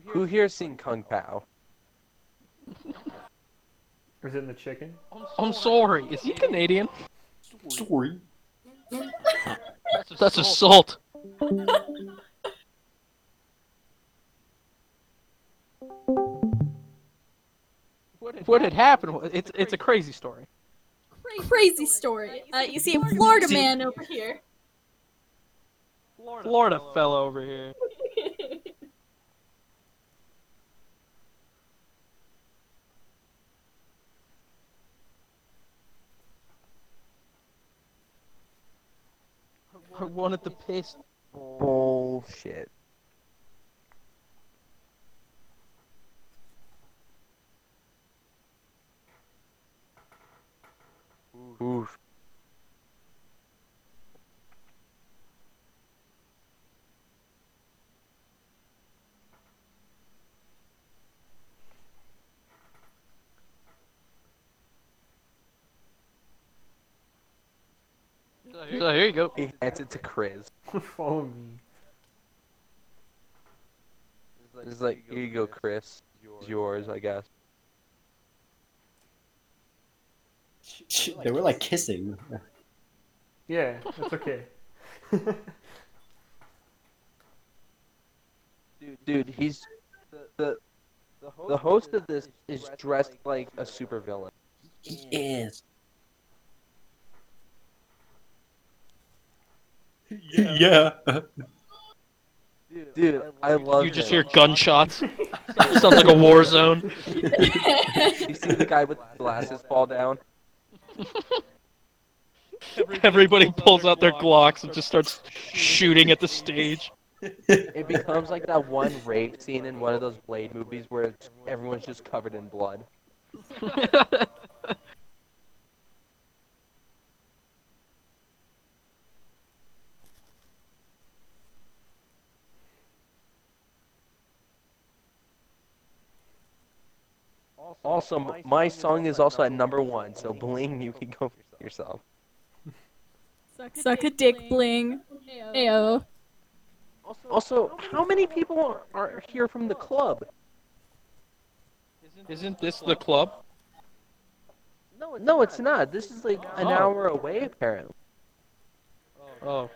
E: Who here seen Kung Pao?
B: Is it in the chicken?
D: I'm sorry. Is he Canadian?
G: Sorry.
D: That's assault. What had happened? was- It's it's a crazy story.
F: Crazy story. Uh, you see a Florida man over here.
D: Florida fell over here. I wanted the piss.
E: Bullshit. Oof.
D: So here you go.
E: He hands it to Chris.
B: Follow me.
E: He's like, here you go, Chris. It's yours, I guess.
G: Sh- They were like kissing.
B: Yeah, that's okay.
E: Dude, he's the the host of this is dressed like a supervillain.
G: He is. Yeah.
E: Dude, I love
D: You just
E: him.
D: hear gunshots. Sounds like a war zone.
E: You see the guy with glasses fall down?
D: Everybody pulls out their Glocks and just starts shooting at the stage.
E: It becomes like that one rape scene in one of those Blade movies where it's- everyone's just covered in blood. Also, m- my song is also at number one, so bling, you can go for yourself.
F: Suck a dick, bling. Ayo.
E: Also, how many people are here from the club?
D: Isn't this the club?
E: No, it's not. This is like an
D: Oh.
E: hour away, apparently.
D: Oh,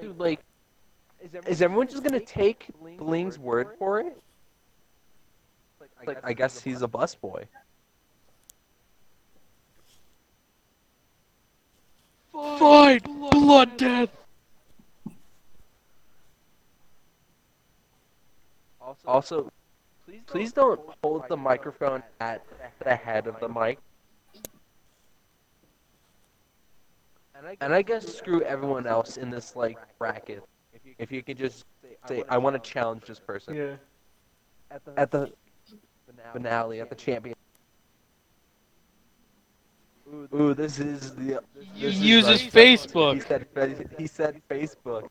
E: Dude, like, is everyone just gonna take Bling's word for it? Like, I guess he's a busboy.
D: fight blood death.
E: Also, please don't hold the microphone at the head of the mic. And I guess screw everyone else in this like bracket. If you could just say, I want to challenge this person
B: Yeah.
E: at the finale, at the champion. Ooh, this is the.
D: He
E: this is
D: uses
E: like- He
D: Facebook.
E: said, Fe- he said Facebook.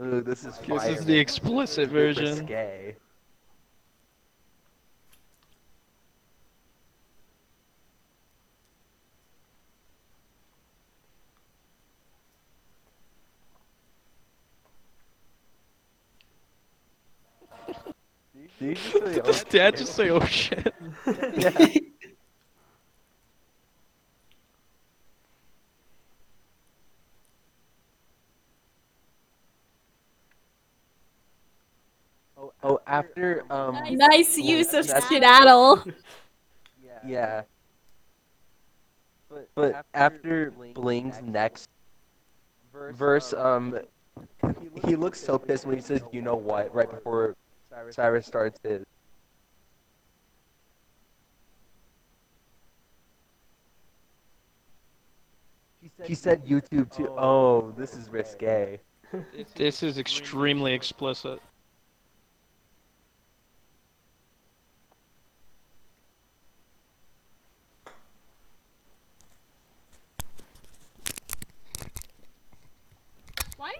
E: Ooh, this is
D: This
E: fire.
D: is the explicit version.
E: Risque. Do you just say,
D: Does
E: "Oh,
D: Dad just say, "Oh shit"?
E: Oh, after um,
F: Nice use of
E: That's-
F: skedaddle.
E: yeah. But after Bling's next verse, um, he looks so pissed when he says, "You know what?" Right before Cyrus starts his. He said YouTube too. Oh, this is risque.
D: This is extremely explicit.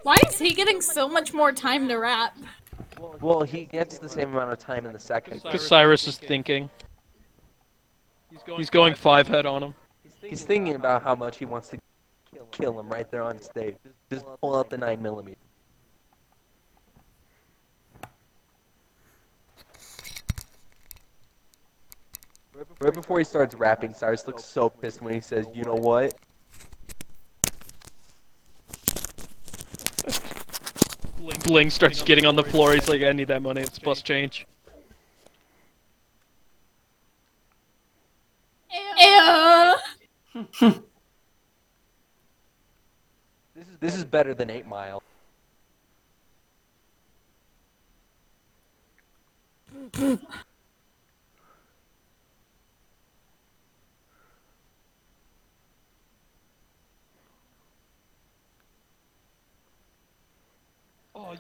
F: Why is he getting so much more time to rap?
E: Well, he gets the same amount of time in the second.
D: Because Cyrus is thinking. He's going five head on him.
E: He's thinking about how much he wants to kill him right there on stage. Just pull out the 9 millimeter. Right before he starts rapping, Cyrus looks so pissed when he says, You know what?
D: Bling, Bling starts getting on the floor. He's like, "I need that money. It's bus change."
F: Ew.
E: This is better than 8 Mile.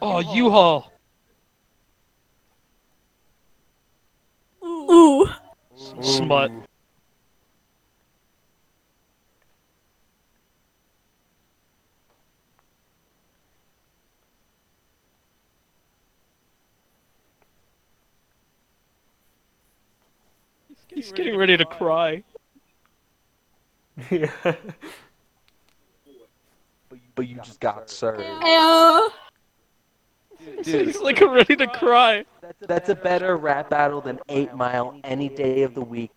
D: Oh, U-Haul.
F: Uh, Ooh.
D: Smut. He's getting ready to cry.
B: Yeah.
E: But you just got served.
F: Ew.
D: He's like ready to cry.
E: That's a better rap battle than 8 Mile any day of the week.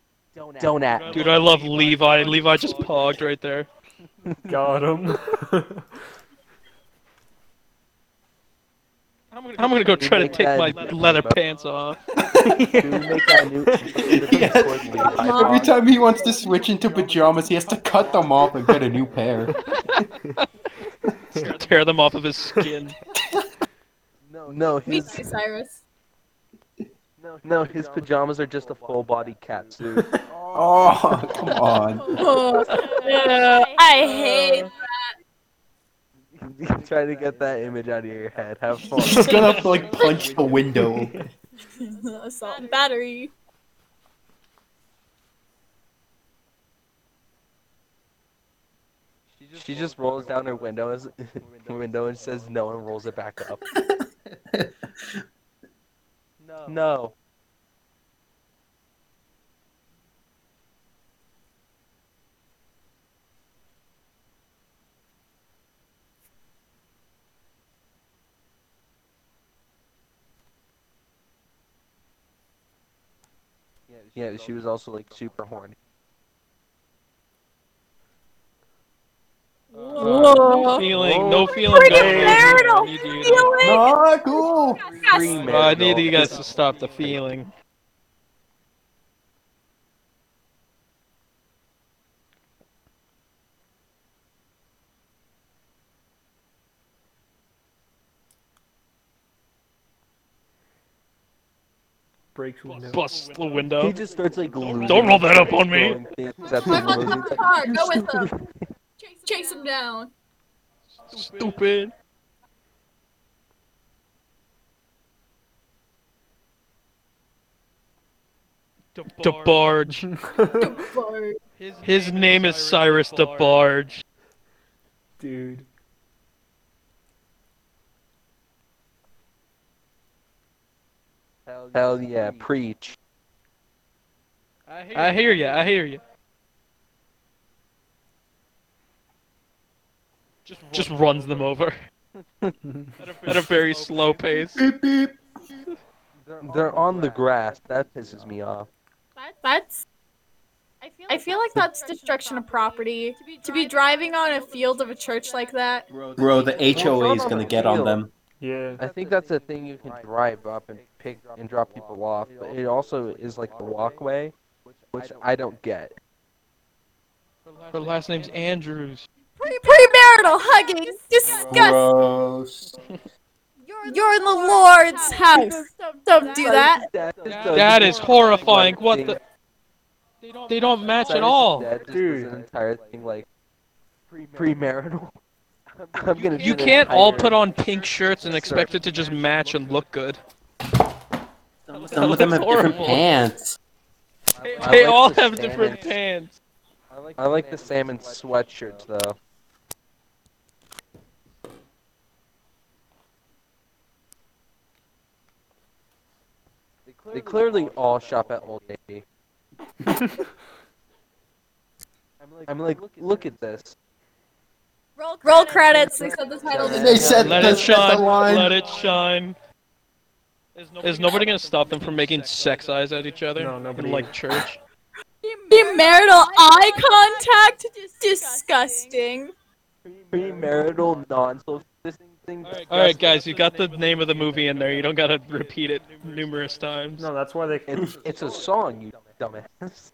E: Don't act.
D: Dude, I love Levi. Levi just pogged right there.
B: Got him.
D: I'm gonna go try to take my leather pants off.
E: Can we make that new-
G: Yes.
E: Discord Levi
G: Every
E: box?
G: time he wants to switch into pajamas, he has to cut them off and get a new pair.
D: Tear them off of his skin.
E: No, no,
F: Me
E: his
F: too, Cyrus.
E: no, his pajamas are just a full body catsuit.
G: Oh, come on.
F: Oh. Ew. I hate.
E: Try to get that image out of your head. Have fun.
G: He's just gonna have to like punch the window.
F: Assault and battery.
E: She just rolls down her window, as- window and says no and rolls it back up. No. Yeah, she was also like super horny.
D: No
F: Whoa.
D: feeling, no
E: Whoa.
D: feeling.
F: Oh, Pretty
D: going on.
F: marital
D: You do that.
F: Feeling.
G: Not cool.
F: Yes.
D: Uh, I need you guys to stop the feeling.
B: Breaks window.
D: Bust the
E: He
D: window.
E: just starts like losing.
D: Oh. Don't roll that up on me.
E: me. That's
H: Come
E: what
H: on,
E: he
H: come
E: loses.
H: on, go with them. Chase them down.
D: Stupid. DeBarge.
H: Lord.
D: His name is Cyrus DeBarge.
B: Dude.
E: Hell yeah, preach.
D: I hear you. I hear you. Just runs them over at a very slow pace.
G: Beep beep.
E: They're on the grass. That pisses me off.
F: That's. I feel like that's destruction of property. To be driving on a field of a church like that.
G: Bro, the HOA is gonna get on them.
B: Yeah.
E: I think that's a thing you can drive up and pick and drop people off. But it also is like the walkway, which I don't get.
D: Her last name's Andrews.
F: Premarital hugging. Disgust.
G: Gross.
F: You're in the Lord's house. Don't do that.
E: That is,
D: That is horrifying. What the? They don't match at all.
E: That just
B: Dude.
E: was an entire thing like premarital. I'm gonna.
D: You can't all put on pink shirts and expect it to just match and look good.
G: Some of them have different
D: Horrible.
G: pants.
D: They all have different pants.
E: I like the salmon sweatshirts though. They clearly all shop at Old Navy. I'm like, look at this.
F: Roll credits.
H: They said the title.
E: Yeah.
H: of
E: They
H: the-
E: said-
D: Let
E: That's-
D: it
E: that's
D: shine. Let it shine. Is nobody gonna stop them from making sex eyes at each other
B: No, nobody
D: in like church?
F: Premarital eye contact. Disgusting.
E: Premarital non so this thing.
D: All right, guys, you got the name of the movie in there. You don't gotta repeat it numerous times.
B: No, that's why they.
E: It's it's a song, you dumbass.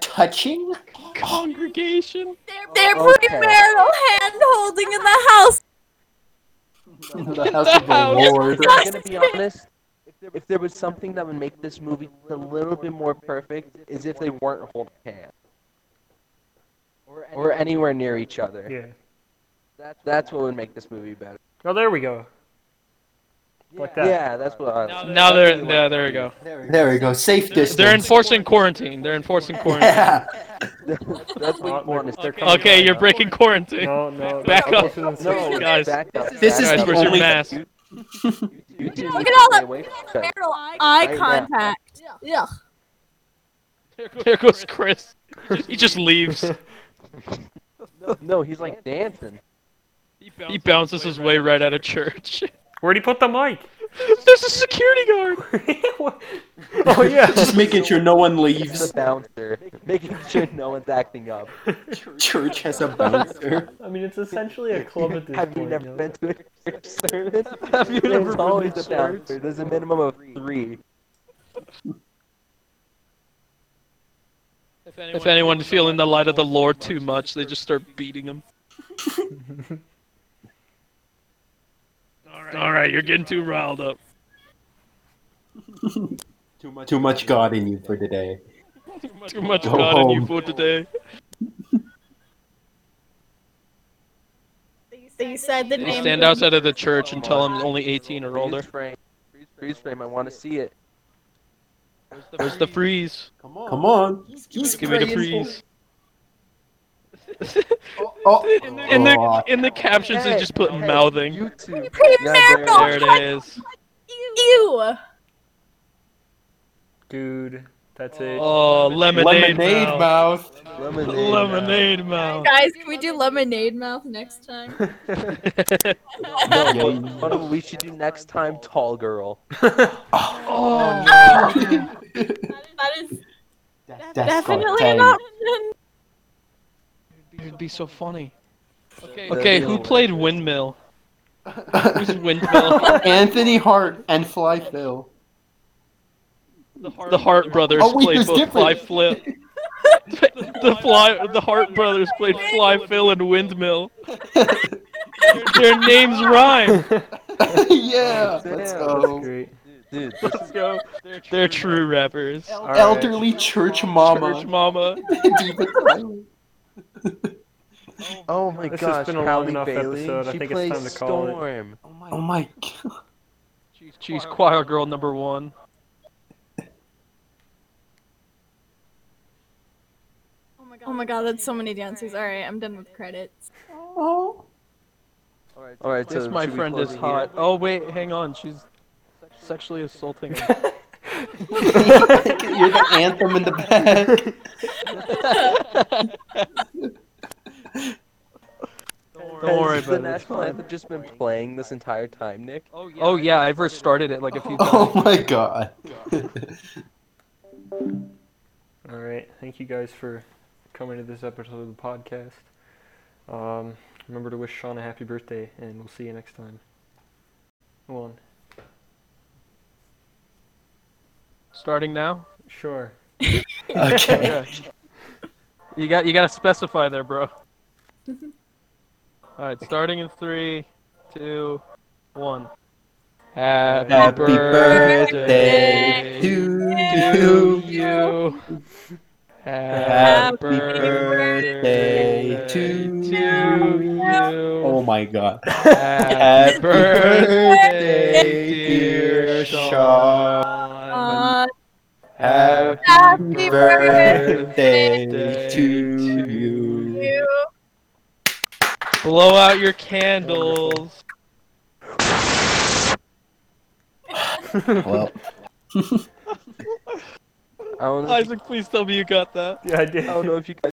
G: Touching?
D: Congregation.
F: They're
E: Okay.
F: premarital hand holding in the house.
G: the house of the
D: house.
G: Lord.
E: I'm gonna be honest. If there was something that would make this movie a little bit more perfect, is if they weren't holding hands or anywhere near each other.
B: Yeah.
E: That's what would make this movie better.
B: Oh, there we go. Like that.
E: Yeah, that's what. I,
D: Now they're yeah, there we go.
G: There we go. Safe distance.
D: They're enforcing quarantine. They're enforcing quarantine.
G: Yeah.
E: that's what you want. Is they're coming
D: Okay, you're breaking quarantine.
B: No, no.
D: Back
B: that's closer
D: up.
B: than
E: No,
B: six.
D: guys.
E: Back up,
G: This is
E: back
G: the
D: Guys,
E: up.
D: where's your
G: only-
D: mask?
E: You two need
F: Look
E: to
F: at all
E: stay
F: the
E: away from each other.
F: premarital eye
E: Right
F: contact. Ugh.
D: There goes Chris. He just leaves.
E: No, he's like dancing.
D: He bounces his way right out of church.
B: Where'd he put the mic?
D: There's a security guard.
B: oh yeah.
G: Just making sure no one
E: He's
G: leaves.
E: the bouncer, making sure no one's acting up.
G: Church has a bouncer.
B: I mean, it's essentially a club at this
E: Have you
B: point.
E: never
B: know?
E: been to a church service?
D: Have you
E: There's
D: never been
E: always
D: to
E: a
D: church?
E: bouncer. There's a minimum of three.
D: If anyone feeling the light of the Lord too much, they just start beating him. All right, you're getting too riled up.
G: Too much God in you for today.
D: Too much
G: Go
D: God in you
G: home.
D: for today.
F: They said the
D: They
F: name.
D: stand outside of the church and tell him only 18 or older.
E: Freeze frame. Freeze frame. I want to see it.
D: Where's the freeze?
G: Come on.
D: Give me the freeze.
G: Oh.
D: In the in the, in the captions, they just put
E: Hey,
D: mouthing.
E: You two.
F: Premarital.
D: There it is.
F: Ew.
B: Dude. That's it.
D: Oh, lemonade,
G: Lemonade
D: mouth.
G: mouth.
E: Lemonade.
D: Lemonade mouth.
F: Guys,
I: Can we do lemonade mouth next time?
E: No, but- but we should do next time, tall girl.
D: oh,
F: that is
G: That's
F: definitely
G: content.
F: not. option.
D: it'd be so funny. Okay,
E: That'd be
D: who
E: hilarious.
D: played windmill? Who's windmill?
G: Anthony Hart and Fly Phil.
D: the Hart brothers
G: Oh, wait,
D: played
G: there's
D: both fly
G: different-
D: flip. the fly, the Hart brothers played fly fill and windmill. Their names rhyme.
G: yeah, let's
E: Damn.
B: That's
G: go.
B: great.
E: Dude, this
D: Let's go. They're true rappers.
E: all right.
G: Elderly church
D: Church
G: mama.
D: mama.
G: Deep in Thailand.
E: Oh my
B: This has
E: gosh,
B: been a long
E: Crowley
B: enough
E: Bailey.
B: episode. I
E: She
B: think it's
E: plays
B: time to call it.
E: Storm.
G: oh my god.
D: She's choir girl number one.
F: Oh my god, that's so many dancers. All right, I'm done with credits.
G: Oh.
E: All right, so
D: This my
E: should we
D: friend
E: close
D: is
E: it here?
D: hot. Oh wait, hang on. She's sexually assaulting. him.
G: You're the anthem in the back.
D: Don't worry
E: Has
D: about it.
E: the
D: it's
E: national
D: fine.
E: anthem just been playing this entire time, Nick?
D: Oh yeah, I've restarted it like a few times.
G: Oh my god.
B: All right. Thank you guys for coming to this episode of the podcast. Um, remember to wish Sean a happy birthday, and we'll see you next time. One.
D: Starting now.
B: Sure.
G: Okay.
D: Okay. you got you got to specify there, bro. All right, starting in three, two, one. Happy,
G: Happy
D: birthday,
G: birthday
D: to
G: to you.
D: you.
G: Happy
D: birthday
G: birthday to
D: you.
G: Oh my god.
D: Happy
G: Happy
D: birthday,
G: birthday,
D: dear
G: dear
D: Sean.
F: Uh,
G: Happy
F: happy
G: birthday
D: birthday
G: to you.
F: you.
D: Blow out your candles.
G: Well,
E: I don't know. if you-
D: Isaac, please tell me you got that.
B: Yeah, I did.
D: Oh,
E: I don't know if you guys.